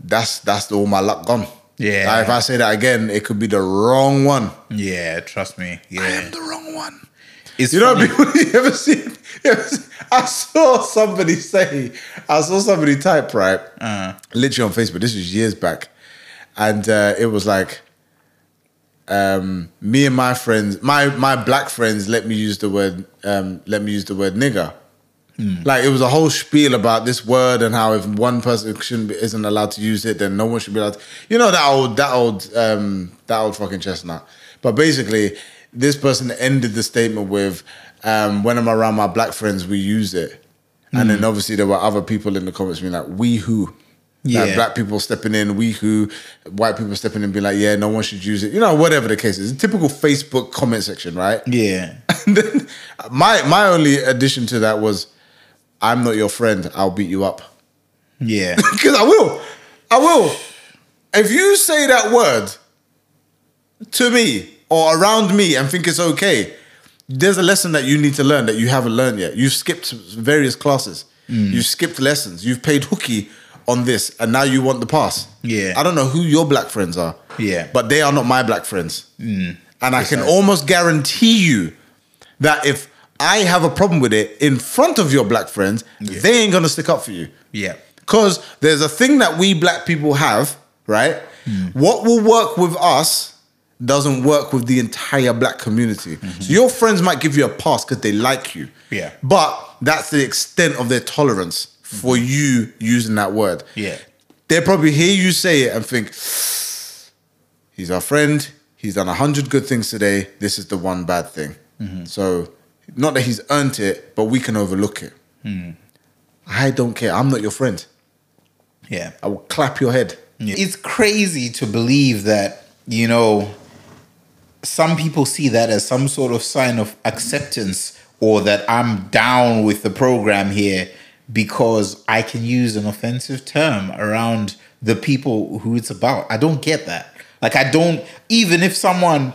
D: that's that's all my luck gone.
B: Yeah.
D: Like, if I say that again, it could be the wrong one.
B: Yeah, trust me.
D: I
B: Yeah.
D: am the wrong one.
B: It's
D: You know,
B: funny.
D: people, you ever see? You ever see I saw somebody say, I saw somebody type right,
B: Uh.
D: literally on Facebook. This was years back, and uh, it was like, um, me and my friends, my my black friends, let me use the word, um, let me use the word nigger. Mm. Like it was a whole spiel about this word and how if one person shouldn't be, isn't allowed to use it, then no one should be allowed. To, you know that old that old um, that old fucking chestnut. But basically, this person ended the statement with, um, "When I'm around my black friends, we use it." And then obviously there were other people in the comments being like, "We who." Like
B: Yeah.
D: black people stepping in, we who, white people stepping in, and be like, yeah, no one should use it. You know, whatever the case is. Typical Facebook comment section, right?
B: Yeah.
D: And then my my only addition to that was, I'm not your friend. I'll beat you up
B: Yeah.
D: because I will. I will. If you say that word to me or around me and think it's okay, there's a lesson that you need to learn that you haven't learned yet. You've skipped various classes.
B: Mm.
D: You've skipped lessons. You've paid hooky on this, and now you want the pass.
B: Yeah.
D: I don't know who your black friends are.
B: Yeah. Mm.
D: But they are not my black friends. And I can
B: Precisely.
D: almost guarantee you that if I have a problem with it in front of your black friends, they ain't gonna stick up for you.
B: yeah.
D: Because there's a thing that we black people have, right? What will work with us doesn't work with the entire black community. So your friends might give you a pass because they like you.
B: Yeah.
D: But that's the extent of their tolerance for you using that word.
B: Yeah.
D: They probably hear you say it and think, he's our friend. He's done a hundred good things today. This is the one bad thing. So, not that he's earned it, but we can overlook it. I don't care. I'm not your friend.
B: Yeah.
D: I will clap your head.
B: It's crazy to believe that, you know, some people see that as some sort of sign of acceptance or that I'm down with the program here because I can use an offensive term around the people who it's about. I don't get that. Like, I don't, even if someone,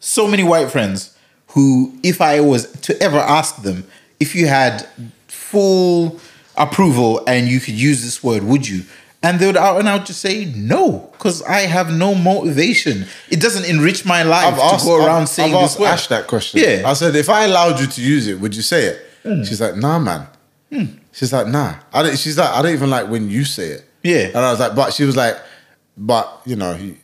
B: so many white friends who, if I was to ever ask them, if you had full approval and you could use this word, would you? And they would out and out just say no, because I have no motivation. It doesn't enrich my life to go around
D: I've-
B: saying
D: I've
B: this
D: asked
B: word.
D: Ash that question.
B: Yeah. Hmm.
D: I said, if I allowed you to use it, would you say it? She's like, nah, man. She's like, nah. I don't, she's like, I don't even like when you say it.
B: Yeah.
D: And I was like, but she was like, but you know, you-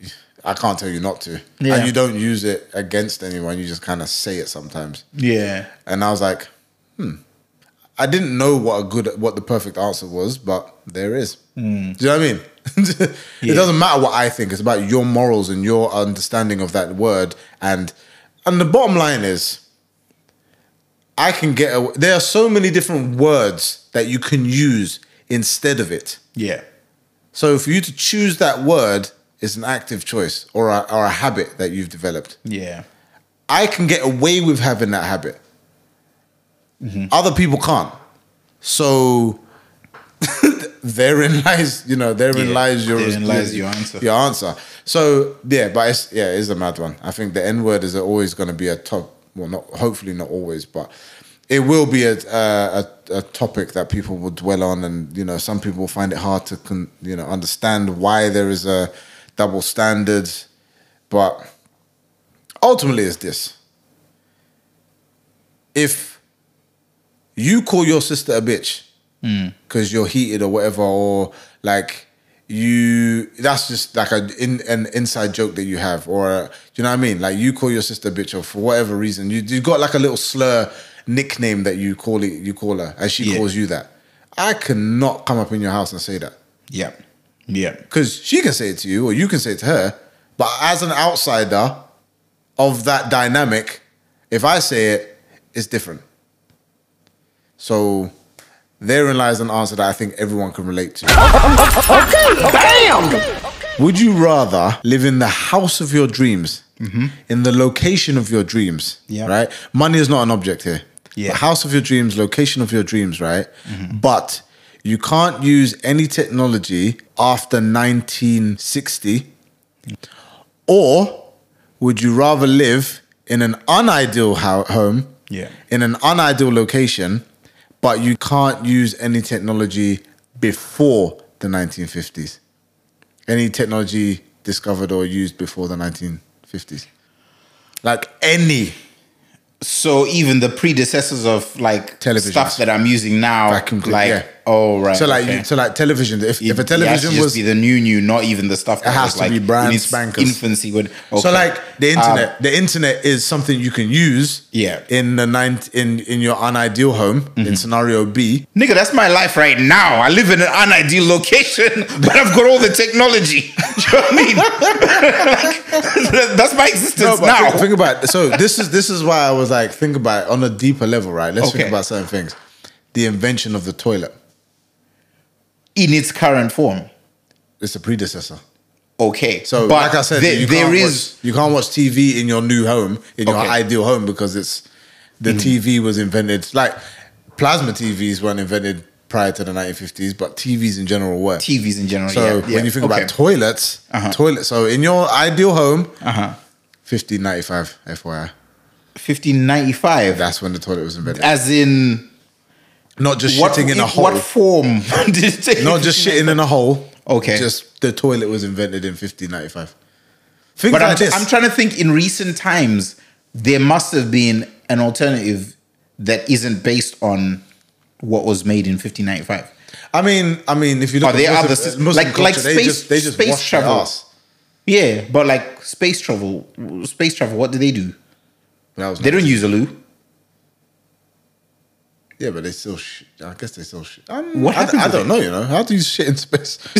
D: I can't tell you not to.
B: Yeah.
D: And you don't use it against anyone. You just kind of say it sometimes.
B: yeah.
D: And I was like, hmm. I didn't know what a good, what the perfect answer was, but there is. Do you know what I mean? it doesn't matter what I think. It's about your morals and your understanding of that word. And and the bottom line is, I can get. Away. There are so many different words that you can use instead of it.
B: Yeah.
D: So for you to choose that word is an active choice or a, or a habit that you've developed.
B: Yeah.
D: I can get away with having that habit. Other people can't. So therein lies, you know, therein
B: Yeah,
D: lies your
B: therein lies your answer.
D: Your answer. So yeah, but it's yeah, it's a mad one. I think the N word is always going to be a top. Well, not hopefully not always, but it will be a, a a a topic that people will dwell on, and you know, some people will find it hard to con, you know understand why there is a double standard, but ultimately it's this if you call your sister a bitch because you're heated or whatever or like you that's just like a, in, an inside joke that you have or uh, you know what i mean like you call your sister a bitch or for whatever reason you, you got like a little slur nickname that you call it you call her and she
B: Yeah.
D: calls you that i cannot come up in your house and say that
B: Yeah. Yeah.
D: because she can say it to you or you can say it to her. But as an outsider of that dynamic, if I say it, it's different. So therein lies an answer that I think everyone can relate to. Would you rather live in the house of your dreams, in the location of your dreams,
B: Yeah.
D: right? Money is not an object here.
B: Yeah. Mm-hmm.
D: But house of your dreams, location of your dreams, right? But you can't use any technology after 1960. Or would you rather live in an unideal ho- home,
B: Yeah.
D: in an unideal location, but you can't use any technology before the 1950s? any technology discovered or used before the 1950s? Like any
B: So even the predecessors of like
D: Televisions.
B: stuff that I'm using now,
D: vacuum cleaner?
B: like
D: yeah.
B: oh right.
D: So like
B: okay.
D: you, so like television. If, if
B: It-
D: a
B: it has to
D: television
B: just
D: was
B: be the new new, not even the stuff that
D: has
B: was,
D: to
B: like
D: be brand
B: in its
D: spankers.
B: infancy. When,
D: so
B: okay.
D: like the
B: Um,
D: internet. the internet is something you can use.
B: Yeah. Mm-hmm.
D: In the ninth in in your unideal home in scenario B.
B: nigga, that's my life right now. I live in an unideal location, but I've got all the technology. Do you know what I mean? Like, that's my existence
D: but
B: now.
D: Think, think about it. so this is this is why I was like think about it on a deeper level, right? Let's
B: Okay.
D: think about certain things. The invention of the toilet.
B: in its current form.
D: It's a predecessor.
B: Okay,
D: So,
B: but
D: like I said,
B: there-
D: you,
B: there
D: can't
B: is
D: watch, you can't watch TV in your new home, in your
B: Okay. Mm.
D: ideal home, because it's the TV was invented. Like plasma TVs weren't invented prior to the 1950s, but TVs in general were.
B: TVs in general.
D: so
B: yeah, yeah,
D: when you think
B: okay.
D: about toilets,
B: Uh-huh.
D: toilets. So in your ideal home,
B: uh-huh.
D: 1595, FYI,
B: 1595,
D: that's when the toilet was invented.
B: as in
D: not just
B: what,
D: shitting in a
B: it-
D: hole.
B: what form did it take?
D: not just shitting in a hole.
B: Okay.
D: Just the toilet was invented in 1595. Things
B: But
D: like
B: I'm,
D: this.
B: I'm trying to think in recent times, there must have been an alternative that isn't based on what was made in 1595.
D: I mean, I mean, if you
B: Oh, Are
D: look
B: there
D: at Muslim,
B: other sy-
D: Muslim
B: like-
D: culture,
B: like
D: they
B: space-
D: just they just
B: space
D: wash their
B: travel?
D: ass.
B: Yeah, but like space travel, space travel, what do they do?
D: That was
B: They
D: nice.
B: don't use a loo.
D: Yeah, but they still. Sh- I guess they still. Sh- I'm,
B: What
D: I,
B: happened
D: I
B: to
D: don't know. You know how do you shit in space?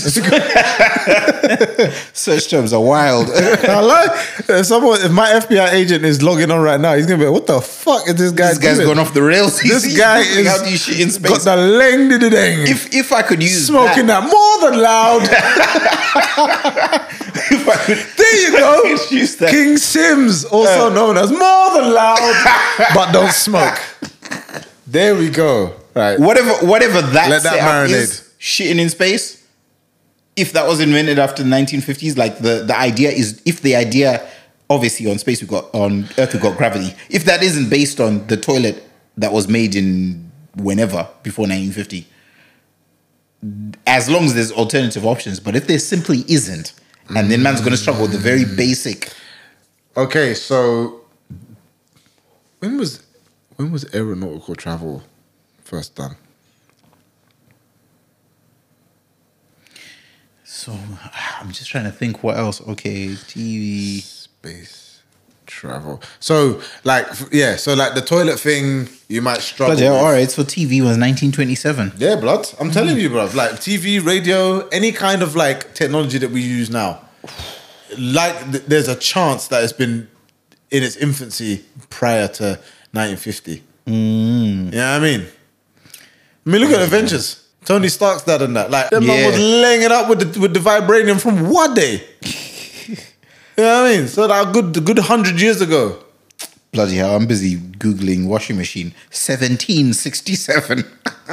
B: Search terms are wild.
D: I like if someone. If my FBI agent is logging on right now, he's gonna be like, "What the fuck is this guy?
B: this guy's
D: doing?
B: gone off the rails.
D: This guy is
B: how do you shit in
D: got
B: space?
D: the leng did dang.
B: if if I could use
D: Smoking
B: that,
D: that. more than loud.
B: if I could
D: There you go.
B: use that. Uh.
D: King Sims, also known as more than loud, but don't smoke. There we go. Right.
B: whatever whatever that
D: Let that
B: setup
D: marinate.
B: is, shitting in space. If that was invented after the 1950s, like the the idea is, if the idea, obviously on space we got on Earth we got gravity. If that isn't based on the toilet that was made in whenever before 1950, as long as there's alternative options, but if there simply isn't, and then man's gonna struggle with the very basic.
D: Okay, so when was when was aeronautical travel first done?
B: So I'm just trying to think what else. Okay, TV.
D: Space travel. So like f- yeah, so like the toilet thing, you might struggle.
B: Bloody hell,
D: with.
B: all right, so TV was 1927.
D: Yeah, blood. I'm telling you, bruv. Like TV, radio, any kind of like technology that we use now, like th- there's a chance that it's been in its infancy prior to 1950. Mm. You know what I mean? I mean, look at Avengers. Tony Stark's dad and that. Like, that man
B: Yeah.
D: was laying it up with the, with the vibranium from what day? you know what I mean? So that good, good hundred years ago.
B: Bloody hell, I'm busy Googling washing machine. 1767.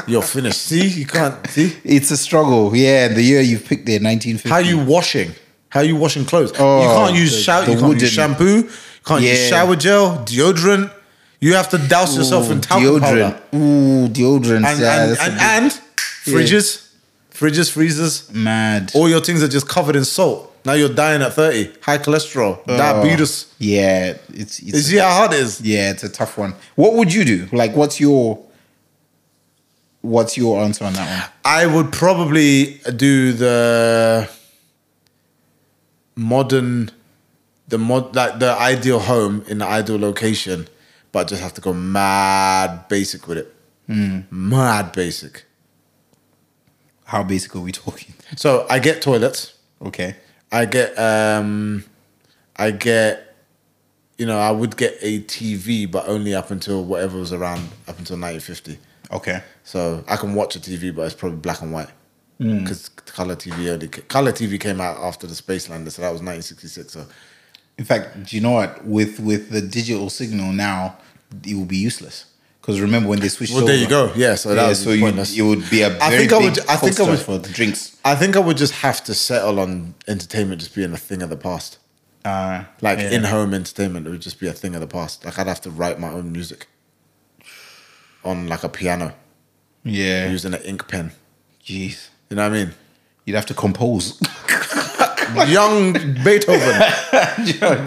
D: You're finished. See, you can't see.
B: it's a struggle. Yeah, the year you've picked there, 1950.
D: How you washing? How you washing clothes? you
B: Mm-hmm. Oh,
D: can't use
B: the-
D: shower.
B: the
D: You can't use
B: wooden-
D: shampoo. You can't use
B: Yeah.
D: shower gel, deodorant. You have to douse yourself in talcum
B: deodorant.
D: powder.
B: Ooh, deodorant.
D: And
B: yeah,
D: and,
B: that's a
D: and,
B: bit
D: and fridges, fridges, freezers.
B: mad.
D: All your things are just covered in salt. Now you're dying at thirty. High cholesterol,
B: Oh.
D: diabetes.
B: Yeah, it's, it's
D: You see how hard it is.
B: yeah, it's a tough one. What would you do? Like, what's your what's your answer on that one?
D: I would probably do the modern, the mod like the ideal home in the ideal location, but just have to go mad basic with it. Mad basic.
B: How basic are we talking?
D: So I get toilets.
B: Okay.
D: I get um, I get, you know, I would get a TV, but only up until whatever was around up until nineteen fifty.
B: Okay.
D: So I can watch a TV, but it's probably black and white because color TV only color TV came out after the Spacelander, so that was 1966. So
B: In fact, do you know what? With with the digital signal now, it will be useless. Because remember when they switched
D: well,
B: over.
D: there you go. Yeah, so that
B: yeah,
D: was
B: so you,
D: pointless.
B: it would be a
D: I
B: very
D: think I
B: big
D: would. I think I
B: poster
D: would
B: for the drinks.
D: I think I would just have to settle on entertainment just being a thing of the past.
B: Uh,
D: Like
B: yeah.
D: in-home entertainment, it would just be a thing of the past. Like I'd have to write my own music on like a piano
B: yeah,
D: using an ink pen.
B: jeez,
D: You know what I mean?
B: you'd have to compose.
D: young Beethoven.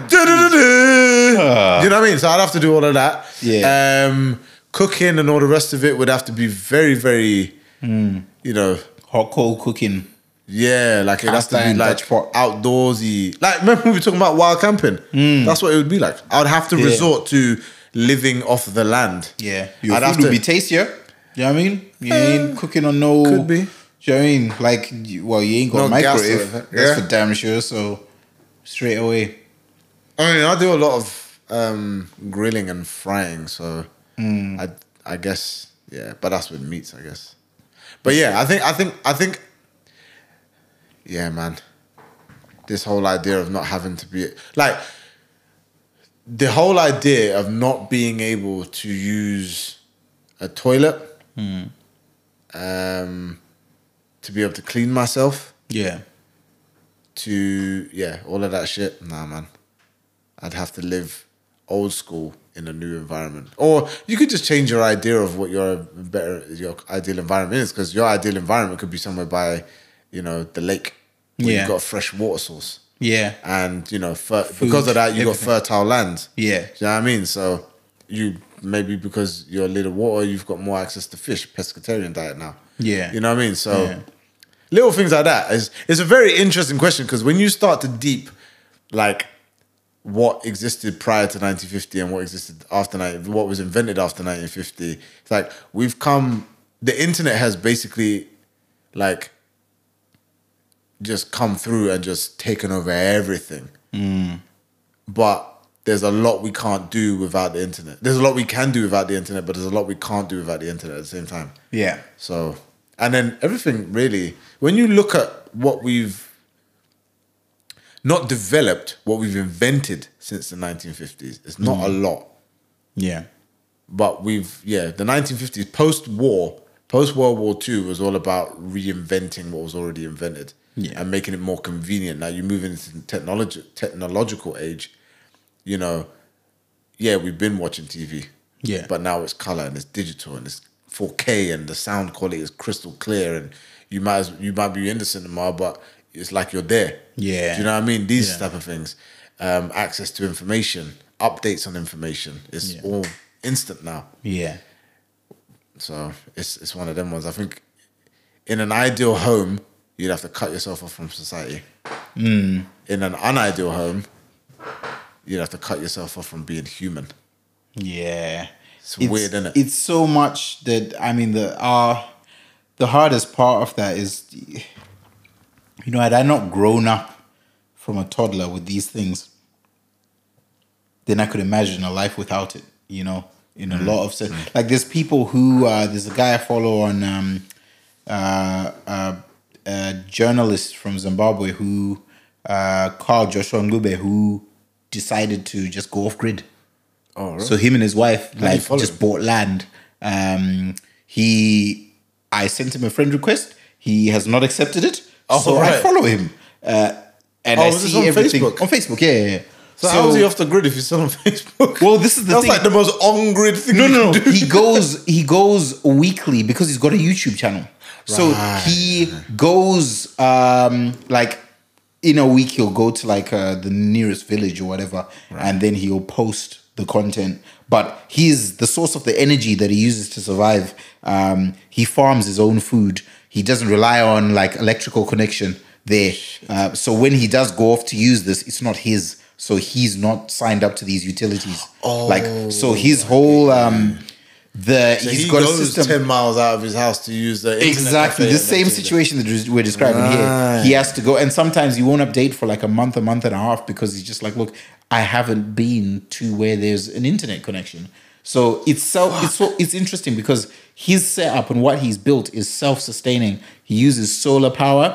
D: Du-du-du-du. you know what I mean? So I'd have to do all of that.
B: Yeah.
D: Um, cooking and all the rest of it would have to be very, very, you know,
B: Hot cold cooking.
D: yeah, like it has
B: Cast
D: to be
B: iron
D: like
B: Dutch pot.
D: outdoorsy. Like remember we were talking about wild camping? That's what it would be like. I would have to
B: Mm. Yeah.
D: resort to living off the land.
B: Yeah, your
D: I'd
B: food
D: have
B: would
D: to-
B: be tastier. You know what I mean? You ain't cooking on no.
D: Uh, could be.
B: Do you know what I mean? Like, you- well, you ain't got a
D: No gas
B: microwave.
D: stove, yeah.
B: That's for damn sure. So straight away,
D: I mean, I do a lot of um, grilling and frying, so I I guess yeah, but that's with meats, I guess. But yeah, I think I think I think yeah, man, this whole idea of not having to be like the whole idea of not being able to use a toilet um, to be able to clean myself
B: Yeah.
D: to yeah, all of that shit. Nah, man, I'd have to live old school in a new environment, or you could just change your idea of what your better your ideal environment is, because your ideal environment could be somewhere by, you know, the lake where
B: Yeah.
D: you've got a fresh water source,
B: Yeah.
D: and you know, fer- because of that you got
B: everything.
D: fertile land.
B: Yeah.
D: Do you know what I mean? So you maybe because you're a little water, you've got more access to fish, pescatarian diet now.
B: Yeah.
D: you know what I mean. So
B: Yeah.
D: little things like that is it's a very interesting question because when you start to deep like what existed prior to 1950 and what existed after 19, what was invented after 1950 it's like we've come the internet has basically like just come through and just taken over everything
B: Mm.
D: but there's a lot we can't do without the internet there's a lot we can do without the internet but there's a lot we can't do without the internet at the same time
B: Yeah.
D: so, and then everything really, when you look at what we've not developed, what we've invented since the 1950s, it's not a lot.
B: Yeah.
D: But we've, yeah, the 1950s, post war, post World War II was all about reinventing what was already invented
B: Yeah.
D: and making it more convenient. Now you move into technology, technological age, you know, yeah, we've been watching TV.
B: Yeah.
D: But now it's color and it's digital and it's 4K and the sound quality is crystal clear and you might as, you might be in the cinema, but it's like you're there.
B: Yeah.
D: Do you know what I mean? These
B: Yeah.
D: type of things. Um, access to information, updates on information. It's
B: Yeah.
D: all instant now.
B: Yeah.
D: So it's it's one of them ones. I think in an ideal home, you'd have to cut yourself off from society.
B: Hmm.
D: In an unideal home, you'd have to cut yourself off from being human.
B: Yeah.
D: It's weird, innit?
B: It's so much that I mean the uh the hardest part of that is you know, had I not grown up from a toddler with these things, then I could imagine a life without it, you know, in
D: Mm,
B: a lot of sense. Like there's people who uh there's a guy I follow on um uh, uh, a journalist from Zimbabwe who, uh, Carl Joshua Ngube, who decided to just go off grid.
D: Oh, really?
B: So him and his wife like
D: follow
B: just
D: him?
B: bought land. Um, he, I sent him a friend request. He has not accepted it.
D: Oh,
B: so I
D: right.
B: follow him, uh, and
D: Oh,
B: I
D: was this
B: see
D: on
B: everything
D: Facebook?
B: on Facebook. Yeah, yeah, yeah.
D: So, how is he off the grid if he's still on Facebook?
B: Well, this is the
D: That's
B: thing.
D: like the most on grid thing.
B: no,
D: you
B: no, no.
D: can do.
B: He goes. He goes weekly because he's got a YouTube channel. So
D: Right.
B: he goes um like in a week he'll go to like uh, the nearest village or whatever, and then he'll post the content. But he's the source of the energy that he uses to survive. Um, he farms his own food. He doesn't rely on like electrical connection there. Uh, so when he does go off to use this, it's not his. So he's not signed up to these utilities. Oh, like so his whole um the
D: So
B: he's
D: he
B: got a
D: goes
B: system
D: ten miles out of his house to use the internet
B: exactly
D: cafe
B: the
D: and
B: same
D: then do that.
B: situation that we're describing here. He has to go, and sometimes he won't update for like a month, a month and a half because he's just like, look, I haven't been to where there's an internet connection. So it's self, it's so, it's interesting because his setup and what he's built is self-sustaining. He uses solar power,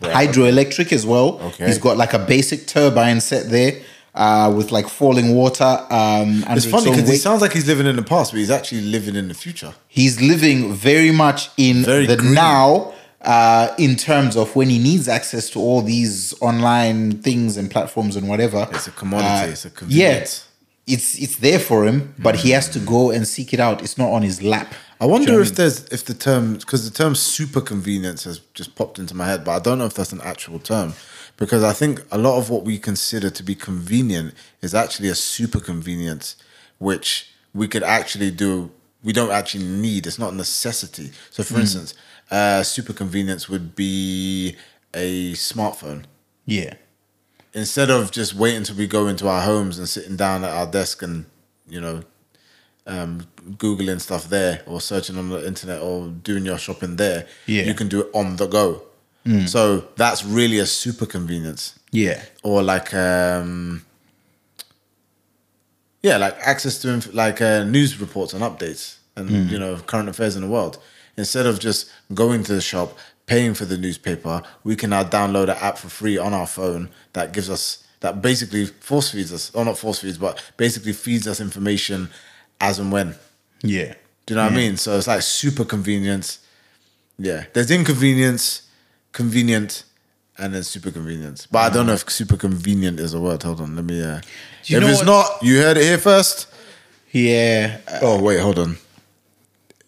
B: hydroelectric as well.
D: Okay.
B: He's got like a basic turbine set there uh, with like falling water. Um, under
D: It's funny
B: own
D: because he
B: weight.
D: sounds like he's living in the past, but he's actually living in the future.
B: He's living very much in
D: Very
B: the
D: green.
B: now uh, in terms of when he needs access to all these online things and platforms and whatever.
D: It's a commodity,
B: Uh,
D: it's a
B: Yeah,
D: convenience. Mm.
B: it's it's there for him, but he has to go and seek it out. It's not on his lap.
D: I wonder if there's if the term because the term super convenience has just popped into my head, but I don't know if that's an actual term because I think a lot of what we consider to be convenient is actually a super convenience, which we could actually do. We don't actually need. It's not a necessity. So, for instance, uh, super convenience would be a smartphone
B: Yeah,
D: instead of just waiting till we go into our homes and sitting down at our desk and you know um, googling stuff there or searching on the internet or doing your shopping there
B: Yeah.
D: you can do it on the go so that's really a super convenience
B: yeah,
D: or like um yeah like access to inf- like uh, news reports and updates and you know current affairs in the world instead of just going to the shop paying for the newspaper, we can now download an app for free on our phone that gives us that basically force feeds us, or not force feeds, but basically feeds us information as and when.
B: Yeah.
D: Do you know what I mean? So it's like super convenience. Yeah, there's inconvenience, convenient, and then super convenience. But I don't know if super convenient is a word. Hold on, let me. Uh,
B: you
D: if
B: know
D: it's
B: what-
D: not, you heard it here first.
B: Yeah. Uh,
D: Oh wait, hold on.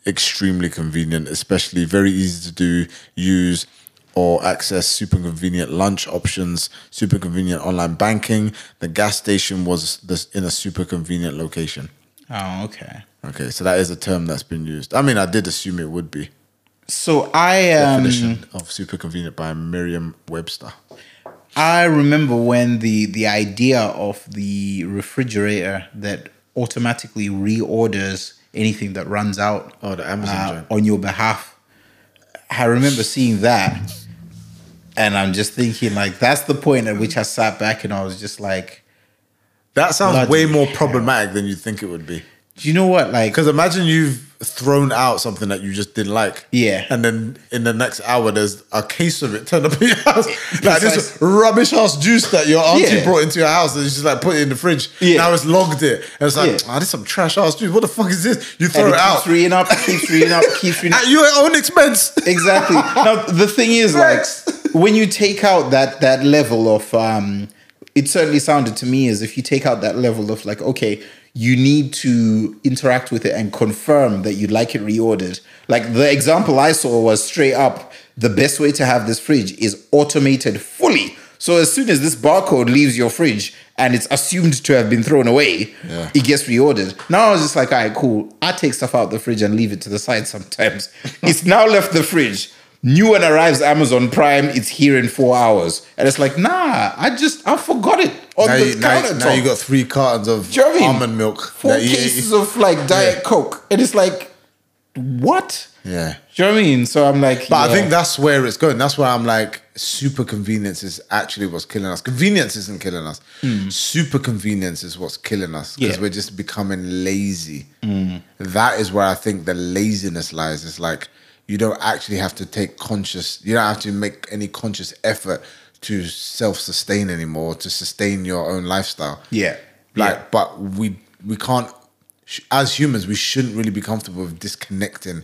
D: Extremely convenient, especially very easy to do, use, or access. Super convenient lunch options, super convenient online banking. The gas station was this in a super convenient location.
B: Oh, okay.
D: Okay, so that is a term that's been used. I mean, I did assume it would be.
B: So I um,
D: definition of super convenient by Merriam Webster.
B: I remember when the the idea of the refrigerator that automatically reorders anything that runs out
D: Oh, the Amazon
B: uh,
D: joint.
B: on your behalf. I remember seeing that, and I'm just thinking like that's the point at which I sat back and I was just like,
D: That sounds way
B: Bloody
D: more
B: hell.
D: problematic than you think it would be.
B: do you know what? Like,
D: Because imagine you've thrown out something that you just didn't like.
B: Yeah.
D: And then in the next hour, there's a case of it turned up in your house. like this
B: Precise.
D: rubbish ass juice that your auntie
B: Yeah.
D: brought into your house and you just like put it in the fridge.
B: Yeah.
D: Now it's logged it. And it's like,
B: Yeah.
D: ah, this some trash ass juice. What the fuck is this? You throw
B: and
D: it,
B: it
D: out.
B: keeps reading up, keeps reading up, keeps reading up.
D: At your own expense.
B: exactly. Now the thing is, like, when you take out that that level of, um, it certainly sounded to me as if you take out that level of like, okay, you need to interact with it and confirm that you'd like it reordered. Like the example I saw was straight up. The best way to have this fridge is automated fully. So as soon as this barcode leaves your fridge and it's assumed to have been thrown away,
D: Yeah.
B: it gets reordered. Now I was just like, all right, cool. I take stuff out the fridge and leave it to the side sometimes. it's now left the fridge. New one arrives Amazon Prime. It's here in four hours, and it's like, nah, I just I forgot it on
D: Now
B: the
D: you, now,
B: countertop.
D: now you got three cartons of
B: Do you know what I mean?
D: almond milk.
B: four
D: that you-
B: cases of like Diet Coke, and it's like, what?
D: Yeah.
B: Do you know what I mean? So I'm like,
D: But I
B: yeah.
D: think that's where it's going. That's where I'm like, super convenience is actually what's killing us. Convenience isn't killing us. Super convenience is what's killing us because
B: Hmm. Yeah. Hmm.
D: we're just becoming lazy. That is where I think the laziness lies. It's like you don't actually have to take conscious. You don't have to make any conscious effort to self-sustain anymore to sustain your own lifestyle.
B: Yeah.
D: Like,
B: Yeah.
D: but we we can't. sh- As humans, we shouldn't really be comfortable with disconnecting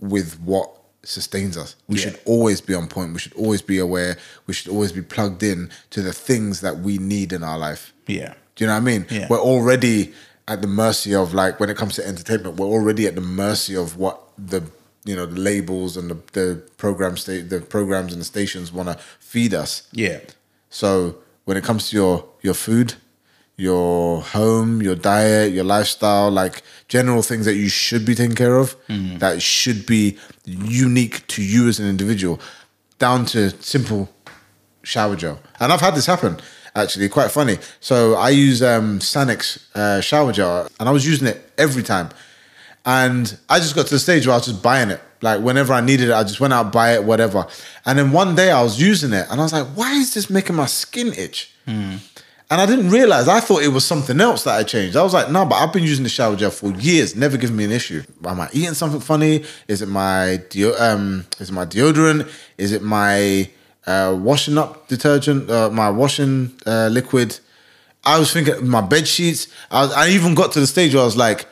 D: with what sustains us. We
B: Yeah.
D: should always be on point. We should always be aware. We should always be plugged in to the things that we need in our life.
B: yeah,
D: Do you know what I mean?
B: Yeah.
D: We're already at the mercy of like when it comes to entertainment, we're already at the mercy of what the you know the labels and the, the program state the programs and the stations want to feed us.
B: yeah,
D: So when it comes to your your food, your home, your diet, your lifestyle, like general things that you should be taking care of, that should be unique to you as an individual, down to simple shower gel. And I've had this happen actually, quite funny. So I use um, Sanex uh, shower gel, and I was using it every time. And I just got to the stage where I was just buying it. Like whenever I needed it, I just went out, buy it, whatever. And then one day I was using it and I was like, why is this making my skin itch? And I didn't realize, I thought it was something else that I changed. I was like, no, but I've been using the shower gel for years, never given me an issue. Am I eating something funny? Is it my deo- um, is it my deodorant? Is it my uh, washing up detergent, uh, my washing uh, liquid? I was thinking my bed sheets. I, was, I even got to the stage where I was like,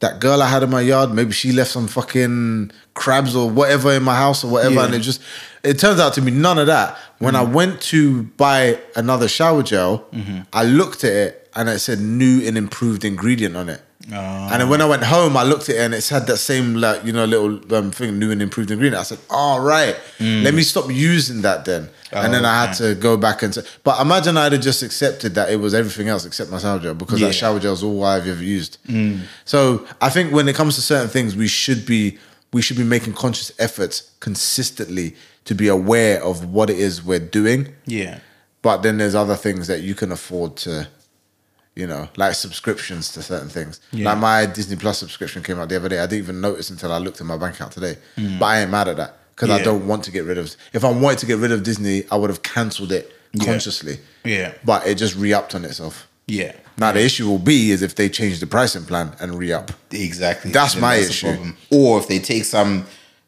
D: that girl I had in my yard, maybe she left some fucking crabs or whatever in my house or whatever.
B: Yeah.
D: And it just, it turns out to be none of that. When I went to buy another shower gel, I looked at it and it said new and improved ingredient on it. And then when I went home, I looked at it and it had that same like you know little um, thing, new and improved ingredient. I said, "All right, let me stop using that then." and then I had to go back and. T- but imagine I'd have just accepted that it was everything else except my shower gel because
B: Yeah.
D: that shower gel is all I've ever used. So I think when it comes to certain things, we should be we should be making conscious efforts consistently to be aware of what it is we're doing.
B: yeah.
D: But then there's other things that you can afford to, you know, like subscriptions to certain things.
B: Yeah.
D: Like my Disney Plus subscription came out the other day. I didn't even notice until I looked at my bank account today. But I ain't mad at that because I
B: Mm. Yeah.
D: don't want to get rid of. If I wanted to get rid of Disney, I would have cancelled it consciously.
B: Yeah.
D: But it just re-upped on itself.
B: Yeah,
D: Now the issue will be is if they change the pricing plan and re-up.
B: exactly.
D: That's
B: Then
D: my
B: the
D: issue.
B: problem. Or if they take some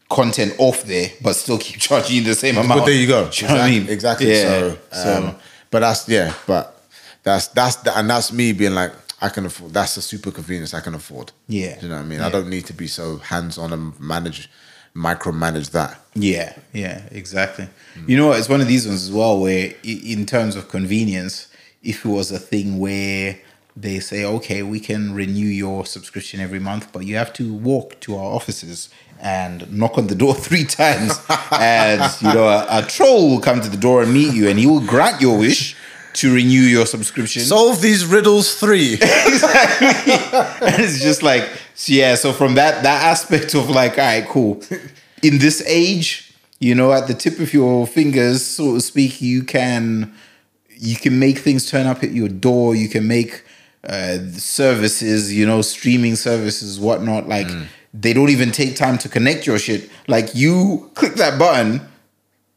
B: content off there, but still keep charging you the same amount.
D: But there you go.
B: Do you know what I mean?
D: Exactly.
B: Yeah.
D: So, um, but that's yeah. But that's that's the, and that's me being like, I can afford. That's a super convenience I can afford.
B: Yeah.
D: Do you know what I mean?
B: Yeah.
D: I don't need to be so hands on and manage, micromanage that.
B: Yeah, yeah, exactly. You know what? It's one of these ones as well where, i- in terms of convenience, if it was a thing where they say, okay, we can renew your subscription every month, but you have to walk to our offices and knock on the door three times, and you know, a, a troll will come to the door and meet you, and he will grant your wish to renew your subscription.
D: Solve these riddles three.
B: and it's just like so yeah so from that that aspect of like all right cool in this age you know at the tip of your fingers so to speak you can you can make things turn up at your door you can make uh, services you know streaming services whatnot like
D: Mm.
B: they don't even take time to connect your shit like you click that button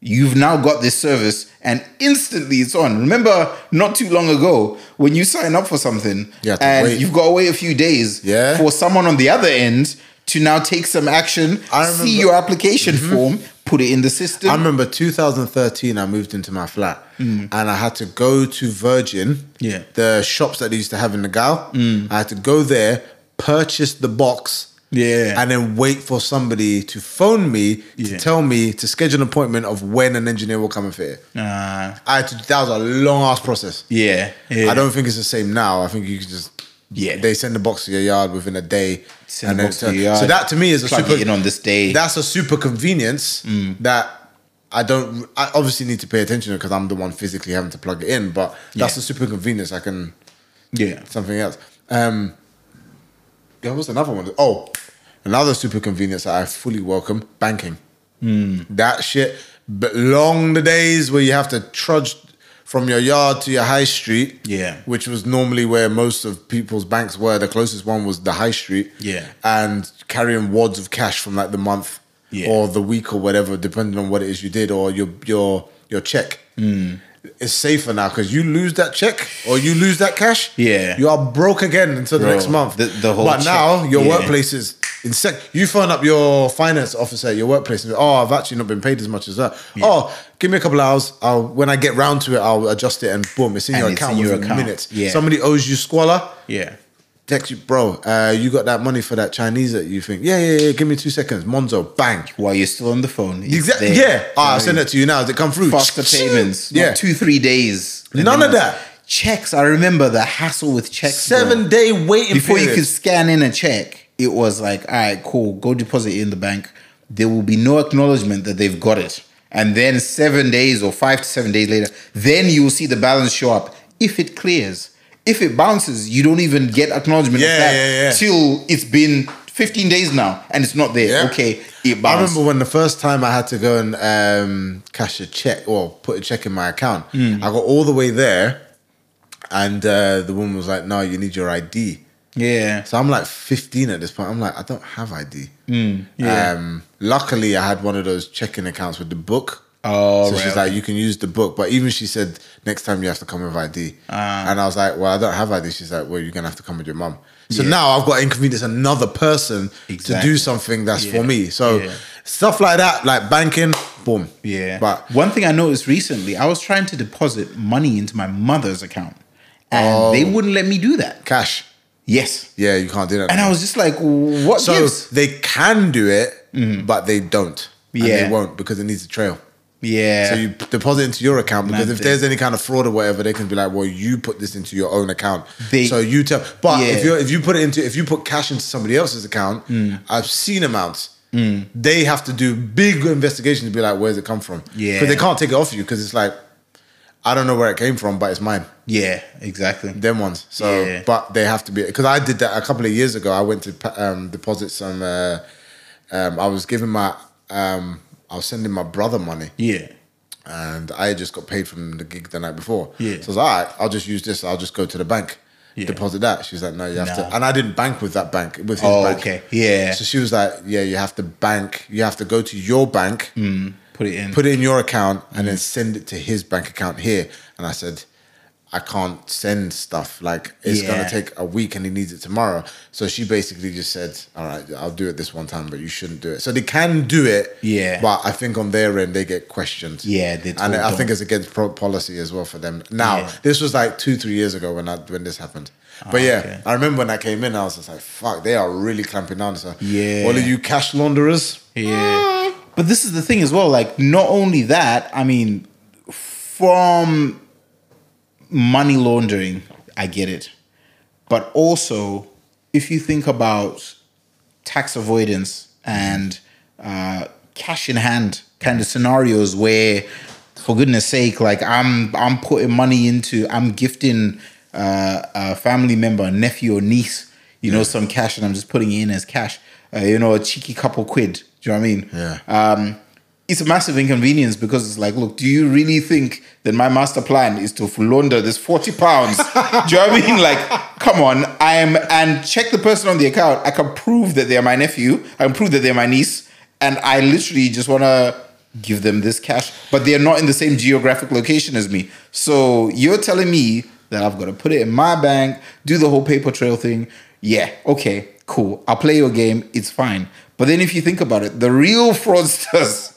B: You've now got this service and instantly it's on. Remember, not too long ago, when you sign up for something
D: You have to
B: and
D: wait.
B: you've got to wait a few days
D: Yeah.
B: for someone on the other end to now take some action,
D: I
B: see
D: remember- Mm-hmm.
B: your application form, put it in the system.
D: I remember 2013. I moved into my flat, and I had to go to Virgin.
B: Mm. Yeah. Mm.
D: The shops that they used to have in the Gal. I had to go there, purchase the box.
B: Yeah.
D: And then wait for somebody to phone me to
B: Yeah.
D: tell me to schedule an appointment of when an engineer will come and fit it.
B: Ah,
D: I had to, that was a long ass process.
B: yeah,
D: I don't think it's the same now. I think you can just
B: Yeah.
D: They send the box to your yard within a day.
B: Send the box
D: then-
B: to your yard,
D: So that to me is a
B: plug
D: super
B: it in on Mm. this day.
D: That's a super convenience that I don't. I obviously need to pay attention because I'm the one physically having to plug it in. But that's a
B: Yeah.
D: super convenience. I can
B: yeah.
D: something else. Um, there was another one. Oh, another super convenience that I fully welcome: banking.
B: Hmm.
D: That shit. But long the days where you have to trudge from your yard to your high street.
B: Yeah.
D: Which was normally where most of people's banks were. The closest one was the high street.
B: Yeah.
D: And carrying wads of cash from like the month
B: Yeah.
D: or the week or whatever, depending on what it is you did or your your your check. It's safer now because you lose that check or you lose that cash.
B: Yeah.
D: You are broke again until the
B: Bro,
D: next month.
B: the- the whole
D: but
B: check-
D: now your
B: yeah.
D: workplace is in sec. You phone up your finance officer at your workplace and say, "Oh, I've actually not been paid as much as that. Oh, give me a couple hours. I'll when I get round to it, I'll adjust it and boom, it's in
B: And
D: your
B: it's
D: account
B: in your
D: within
B: account.
D: minutes.
B: Yeah.
D: Somebody owes you squalor.
B: Yeah.
D: Text you, bro. Uh, you got that money for that Chinese that you think? Yeah, yeah, yeah. Give me two seconds. Monzo, bang.
B: While you're still on the phone. it's
D: Exactly.
B: there.
D: Yeah. Ah, I'll
B: Right.
D: send it to you now. Has it come through?
B: faster payments. Yeah,
D: Yeah.
B: two three days. And
D: None
B: then
D: of that.
B: Checks. I remember the hassle with checks.
D: Seven
B: bro.
D: day waiting
B: before you
D: period.
B: could scan in a check. It was like, all right, cool. Go deposit it in the bank. There will be no acknowledgement that they've got it. And then seven days or five to seven days later, then you will see the balance show up. If it clears, if it bounces, you don't even get acknowledgement
D: Yeah,
B: of that
D: yeah, yeah.
B: till it's been 15 days now and it's not there.
D: Yeah.
B: Okay, it
D: I
B: bounced.
D: remember when the first time I had to go and um, cash a check or put a check in my account.
B: Hmm.
D: I got all the way there, and uh, the woman was like, "No, you need your ID."
B: yeah.
D: So I'm like 15 at this point. I'm like, I don't have ID.
B: Hmm. yeah.
D: Um, luckily, I had one of those checking accounts with the book.
B: Oh,
D: so
B: right,
D: she's like, you can use the book, but even she said next time you have to come with ID.
B: Ah.
D: and I was like, well, I don't have ID. She's like, well, you're gonna have to come with your mum. So
B: Yeah.
D: now I've got to inconvenience another person to
B: Exactly.
D: do something that's
B: Yeah.
D: for me. So
B: Yeah.
D: stuff like that, like banking, boom.
B: Yeah.
D: But
B: one thing I noticed recently, I was trying to deposit money into my mother's account and they
D: Oh.
B: wouldn't let me do that.
D: cash,
B: Yes.
D: yeah, you can't do that.
B: And I was just like, what
D: so
B: gives?
D: they can do it, but they don't. And
B: Mm-hmm. Yeah.
D: they won't because it needs a trail.
B: Yeah.
D: So you p- deposit into your account because
B: Mad
D: if
B: thing.
D: there's any kind of fraud or whatever, they can be like, "Well, you put this into your own account."
B: They-
D: so you tell. But
B: Yeah. Hmm.
D: if you if you put it into if you put cash into somebody else's account, I've seen amounts. They have to do big investigation to be like, "Where's it come from?"
B: Yeah.
D: because they can't take it off you because it's like, I don't know where it came from, but it's mine.
B: yeah, exactly.
D: Them ones. So,
B: Yeah.
D: but they have to be because I did that a couple of years ago. I went to pa- um, deposit some. Uh, um, I was giving my. Um, I was sending my brother money
B: yeah.
D: and I had just got paid from the gig the night before.
B: Yeah.
D: So I was like, all right, I'll just use this. I'll just go to the bank,
B: Yeah.
D: deposit that. She was like, no, you have
B: Nah.
D: to. And I didn't bank with that bank, with his
B: Oh,
D: bank.
B: okay. Yeah.
D: So she was like, yeah, you have to bank. You have to go to your bank,
B: Put it in. Mm.
D: put it in your account, and then send it to his bank account here. And I said, I can't send stuff. Like it's
B: Yeah.
D: gonna take a week, and he needs it tomorrow. So she basically just said, "All right, I'll do it this one time, but you shouldn't do it." So they can do it,
B: Yeah.
D: But I think on their end they get questioned,
B: Yeah, they
D: and
B: told
D: I think
B: them.
D: it's against pro- policy as well for them. Now
B: Yeah.
D: this was like two, three years ago when I, when this happened. But
B: Ah,
D: yeah,
B: okay.
D: I remember when I came in, I was just like, "Fuck, they are really clamping down." So
B: Yeah.
D: all of you cash launderers,
B: Yeah. But this is the thing as well. Like, not only that, I mean, from money laundering, I get it. But also, if you think about tax avoidance and uh, cash in hand kind of scenarios where, for goodness sake, like I'm I'm putting money into I'm gifting uh, a family member, a nephew or niece, you know, some cash, and I'm just putting it in as cash, uh, you know, a cheeky couple quid. Do you know what I mean?
D: Yeah.
B: Um, it's a massive inconvenience because it's like, look, do you really think that my master plan is to launder this 40 pounds? do you know what I mean? Like, come on, I am, and check the person on the account. I can prove that they're my nephew, I can prove that they're my niece, and I literally just want to give them this cash, but they're not in the same geographic location as me. So you're telling me that I've got to put it in my bank, do the whole paper trail thing. Yeah, okay, cool. I'll play your game, it's fine. But then if you think about it, the real fraudsters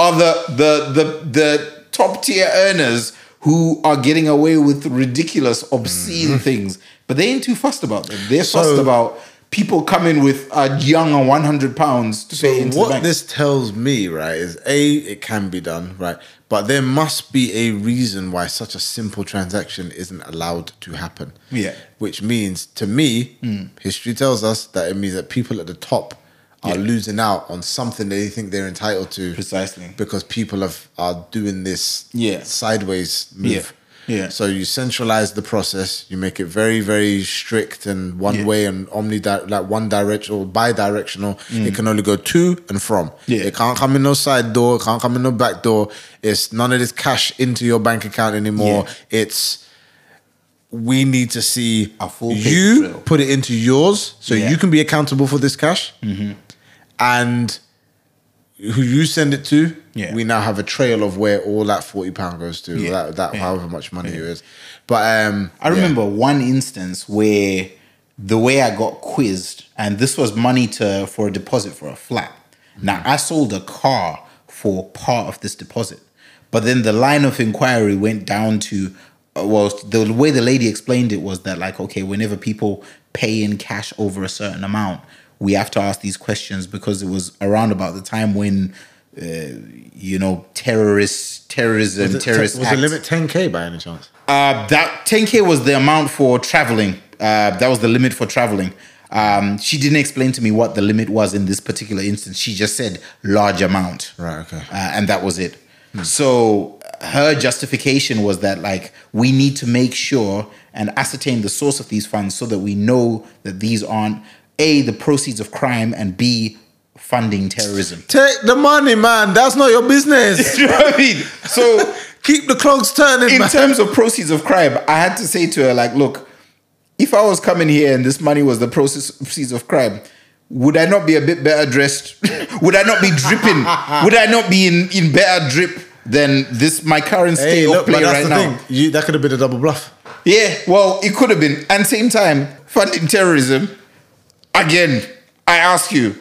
B: are the the the the top tier earners who are getting away with ridiculous, obscene things. But they ain't too fussed about them. They're fussed
D: Mm. So-
B: about people coming with a young and 100 pounds to pay into the
D: what
B: bank.
D: this tells me, right, is a it can be done, right, but there must be a reason why such a simple transaction isn't allowed to happen.
B: Yeah. Hmm.
D: which means to me, history tells us that it means that people at the top are losing out on something they think they're entitled to
B: Precisely.
D: because people have are doing this
B: Yeah.
D: sideways move.
B: Yeah. Yeah.
D: So you centralize the process. You make it very, very strict and one
B: Yeah.
D: way and omni like one directional, bi-directional. It can only go to and from.
B: Yeah.
D: It can't come in no side door. It can't come in no back door. It's none of this cash into your bank account anymore. It's we need to see
B: A full paper
D: you
B: trail.
D: put it into yours so
B: Yeah. Mm-hmm.
D: you can be accountable for this cash and who you send it to
B: Yeah.
D: we now have a trail of where all that 40 pound goes to
B: Yeah.
D: that, that
B: Yeah.
D: however much money it is but um
B: I remember one instance where the way I got quizzed, and this was money to for a deposit for a flat. Now
D: Mm.
B: I sold a car for part of this deposit, but then the line of inquiry went down to, uh, well, the way the lady explained it was that like, okay, whenever people pay in cash over a certain amount, we have to ask these questions because it was around about the time when, uh, you know, terrorists, terrorism,
D: was, it,
B: terrorist
D: was the
B: acts-
D: limit 10k by any chance
B: uh, that 10k was the amount for traveling. Uh, that was the limit for traveling. Um, she didn't explain to me what the limit was in this particular instance. She just said large amount.
D: Right, okay.
B: Uh, and that was it. So her justification was that like we need to make sure and ascertain the source of these funds so that we know that these aren't a the proceeds of crime and b funding terrorism.
D: take the money man that's not your business
B: Do you know what I mean? So
D: keep the clogs turning
B: in
D: man.
B: terms of proceeds of crime, I had to say to her, like, look, if I was coming here and this money was the proceeds- proceeds of crime, would I not be a bit better dressed? would I not be dripping? would I not be in, in better drip than this my current state
D: hey
B: of
D: look
B: play
D: but that's
B: right
D: the
B: now?
D: thing you, that could have been a double bluff
B: Yeah, well, it could have been. And same time, funding terrorism. Again, I ask you,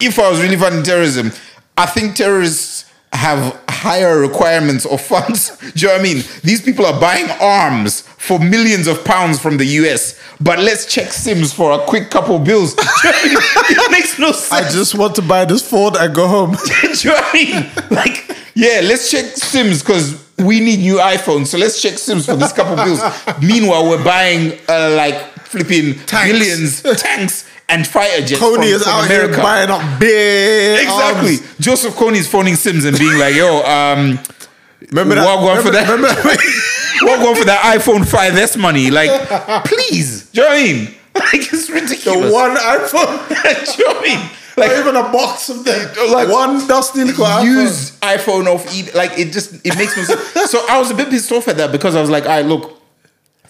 B: if I was really funding terrorism, I think terrorists have higher requirements of funds. Do you know what I mean? These people are buying arms for millions of pounds from the US, but let's check Sims for a quick couple bills. Do you know what I mean? It makes no sense.
D: i just want to buy this ford and go home
B: Do you know what I mean? Like, yeah, let's check Sims because we need new iPhones. So let's check Sims for this couple bills. Meanwhile, we're buying uh, like flipping
D: Tanks.
B: millions tanks and fighter jets.
D: Tony
B: from-
D: is
B: from
D: out
B: America.
D: here buying up big
B: Exactly.
D: arms.
B: Joseph Coney's phoning Sims and being like, yo, um,
D: Remember that?
B: Walk one for
D: remember,
B: that. we're going for that iPhone 5S money. Like, please, do you know what I mean? Like, it's ridiculous.
D: remember the one iPhone.
B: do you know what I mean? Like,
D: Not even a box of them.
B: Like,
D: Like one dusty little iPhone.
B: use E-, iPhone off eat like it just it makes no sense. so I was a bit pissed off at that because I was like, all right, look,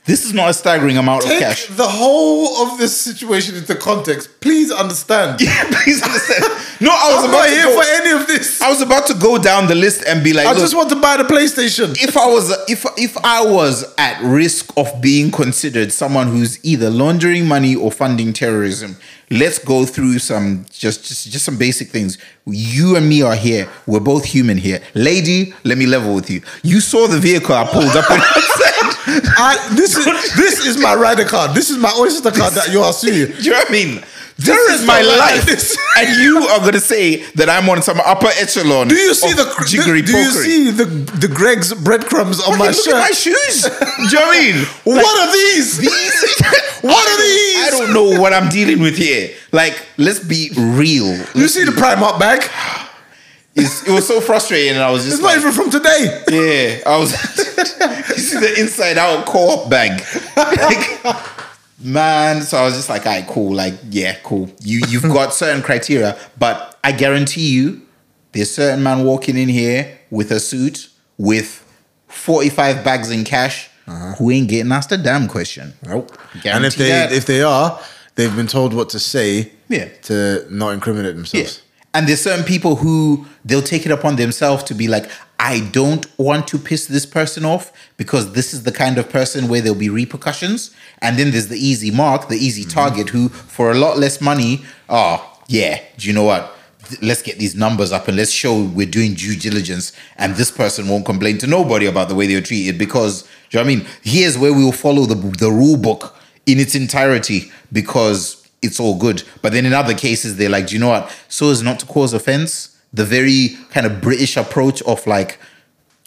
B: This is not a staggering amount of
D: Take
B: cash.
D: the whole of this situation into context. Please understand.
B: Please understand. No, I was
D: I'm
B: about
D: not
B: to
D: here
B: go,
D: for any of this.
B: I was about to go down the list and be like,
D: I
B: look,
D: just want to buy the PlayStation.
B: if I was if if I was at risk of being considered someone who's either laundering money or funding terrorism, let's go through some just just, just some basic things. You and me are here. We're both human here. Lady, let me level with you. You saw the vehicle I pulled up and said,
D: I, this is this is my rider card. This is my oyster card that you are suing.
B: Do you know what I mean? This
D: is
B: is my
D: not like
B: life,
D: this.
B: and you are going to say that I'm on some upper echelon.
D: Do you see
B: of
D: the
B: jiggery
D: do, do you
B: pokery.
D: see the the Greg's breadcrumbs on
B: Fucking
D: my
B: look at my
D: shirt?
B: shoes. Do you know what I mean?
D: what are these? what are these?
B: I don't know what I'm dealing with here. Like, let's be real.
D: You see the Primark bag?
B: It's, it was so frustrating, and I was just
D: It's not
B: like,
D: even from today.
B: yeah, I was. you see the inside out co-op bag, like, man. So I was just like, all right, cool. Like, yeah, cool. You you've got certain criteria, but I guarantee you, there's certain man walking in here with a suit with 45 bags in cash who ain't getting asked a damn question.
D: Nope. and if
B: Guarantee
D: they
B: that.
D: if they are, they've been told what to say
B: Yeah.
D: to not incriminate
B: Yeah.
D: themselves.
B: And there's certain people who they'll take it upon themselves to be like, I don't want to piss this person off because this is the kind of person where there'll be repercussions. And then there's the easy mark, the easy target, who for a lot less money, oh, yeah, do you know what? Th- Let's get these numbers up and let's show we're doing due diligence. And this person won't complain to nobody about the way they were treated because, do you know what I mean? Here's where we will follow the, the rule book in its entirety because it's all good. But then in other cases, they're like, do you know what? So as not to cause offense, the very kind of British approach of like,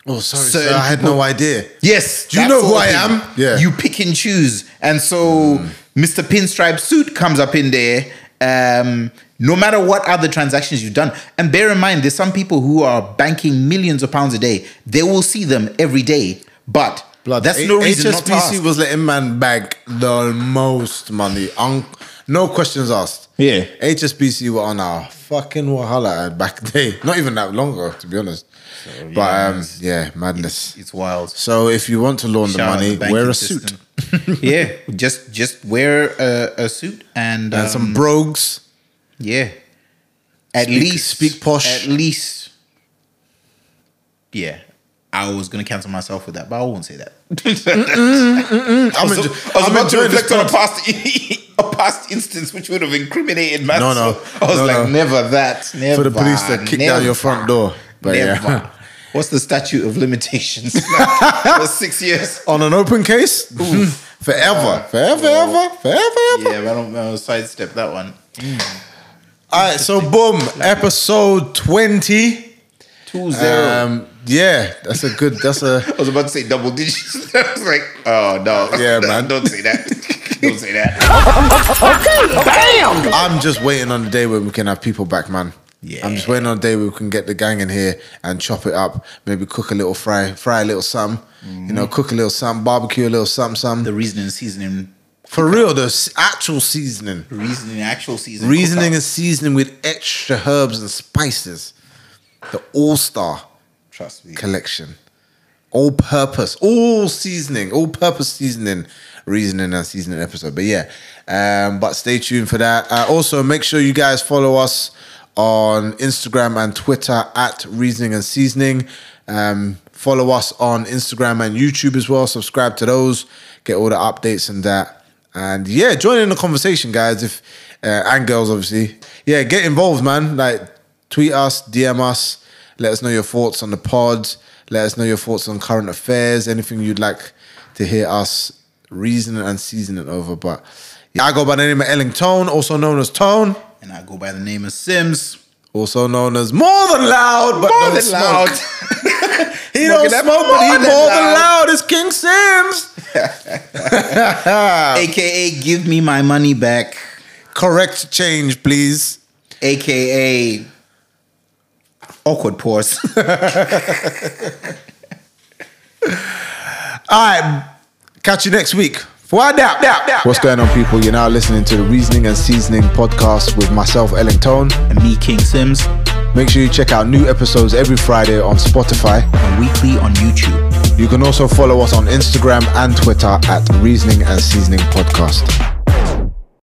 D: Oh, sorry,
B: Certain
D: sir, I had no idea.
B: yes,
D: Do you
B: that
D: know who
B: sort of
D: I
B: thing.
D: am? Yeah.
B: You pick and choose. And so Mr. Pinstripe suit comes up in there. Um, no matter what other transactions you've done, and bear in mind, there's some people who are banking millions of pounds a day. They will see them every day, but that's
D: H-
B: no reason not to
D: HSBC
B: ask.
D: was letting man bank the most money. Un- no questions asked.
B: Yeah.
D: HSBC were on our fucking Wahala back day. Not even that long ago, to be honest. but um, yeah, madness.
B: it's wild.
D: so if you want to launder
B: Shout out
D: money,
B: the banking
D: wear a
B: system.
D: suit
B: yeah, just just wear a, a suit and,
D: and
B: um,
D: some brogues.
B: yeah. At least
D: speak posh.
B: At least, yeah. I was gonna cancel myself with that, but I won't say that.
D: I'm, enjo- I'm enjoying this
B: on a past a past instance which would have incriminated
D: No, no.
B: myself. I was
D: No,
B: like,
D: no.
B: never that. Never,
D: for the police to kick down your front door. But
B: never.
D: yeah.
B: What's the statute of limitations? Like, for six years.
D: on an open case, forever, forever, ever, forever, ever.
B: Yeah, but I don't. I'll sidestep that one.
D: All right, so boom, episode twenty.
B: Two zero.
D: Um, yeah, that's a good. That's a
B: I was about to say double digits. I was like, oh no,
D: Yeah,
B: No,
D: man.
B: don't say that. don't say that.
D: I'm just waiting on the day when we can have people back, man.
B: Yeah.
D: I'm just waiting on the day where we can get the gang in here and chop it up. Maybe cook a little fry, fry a little something. You know, cook a little something, barbecue a little something,
B: The
D: something.
B: reasoning, seasoning,
D: For real, the s- actual seasoning.
B: reasoning, actual seasoning,
D: Reasoning
B: cookout.
D: and seasoning with extra herbs and spices. The All Star
B: trust me.
D: collection. All purpose, all seasoning, all purpose seasoning, reasoning and seasoning episode. But yeah, um, but stay tuned for that. Uh, also, make sure you guys follow us on Instagram and Twitter at reasoning and seasoning. Um, follow us on Instagram and YouTube as well. Subscribe to those, get all the updates and that. And yeah, join in the conversation, guys. If uh, and girls, obviously, yeah, get involved, man. Like, tweet us, DM us, let us know your thoughts on the pod. Let us know your thoughts on current affairs. Anything you'd like to hear us reason and season it over. But yeah, I go by the name of Elling Tone, also known as Tone,
B: And I go by the name of Sims.
D: also known as More Than Loud, but
B: More
D: don't
B: than
D: smoke.
B: loud.
D: He don't
B: Smoking
D: smoke,
B: up
D: but he
B: more
D: more
B: than
D: than
B: loud.
D: loud. It's King Sims. Ah.
B: AKA, give me my money back.
D: Correct change, please.
B: AKA, awkward pause.
D: All right. Catch you next week. What's going on, people? You're now listening to the Reasoning and Seasoning podcast with myself, Ellen Tone.
B: and me, King Sims,
D: Make sure you check out new episodes every Friday on Spotify.
B: and weekly on YouTube.
D: You can also follow us on Instagram and Twitter at Reasoning and Seasoning Podcast.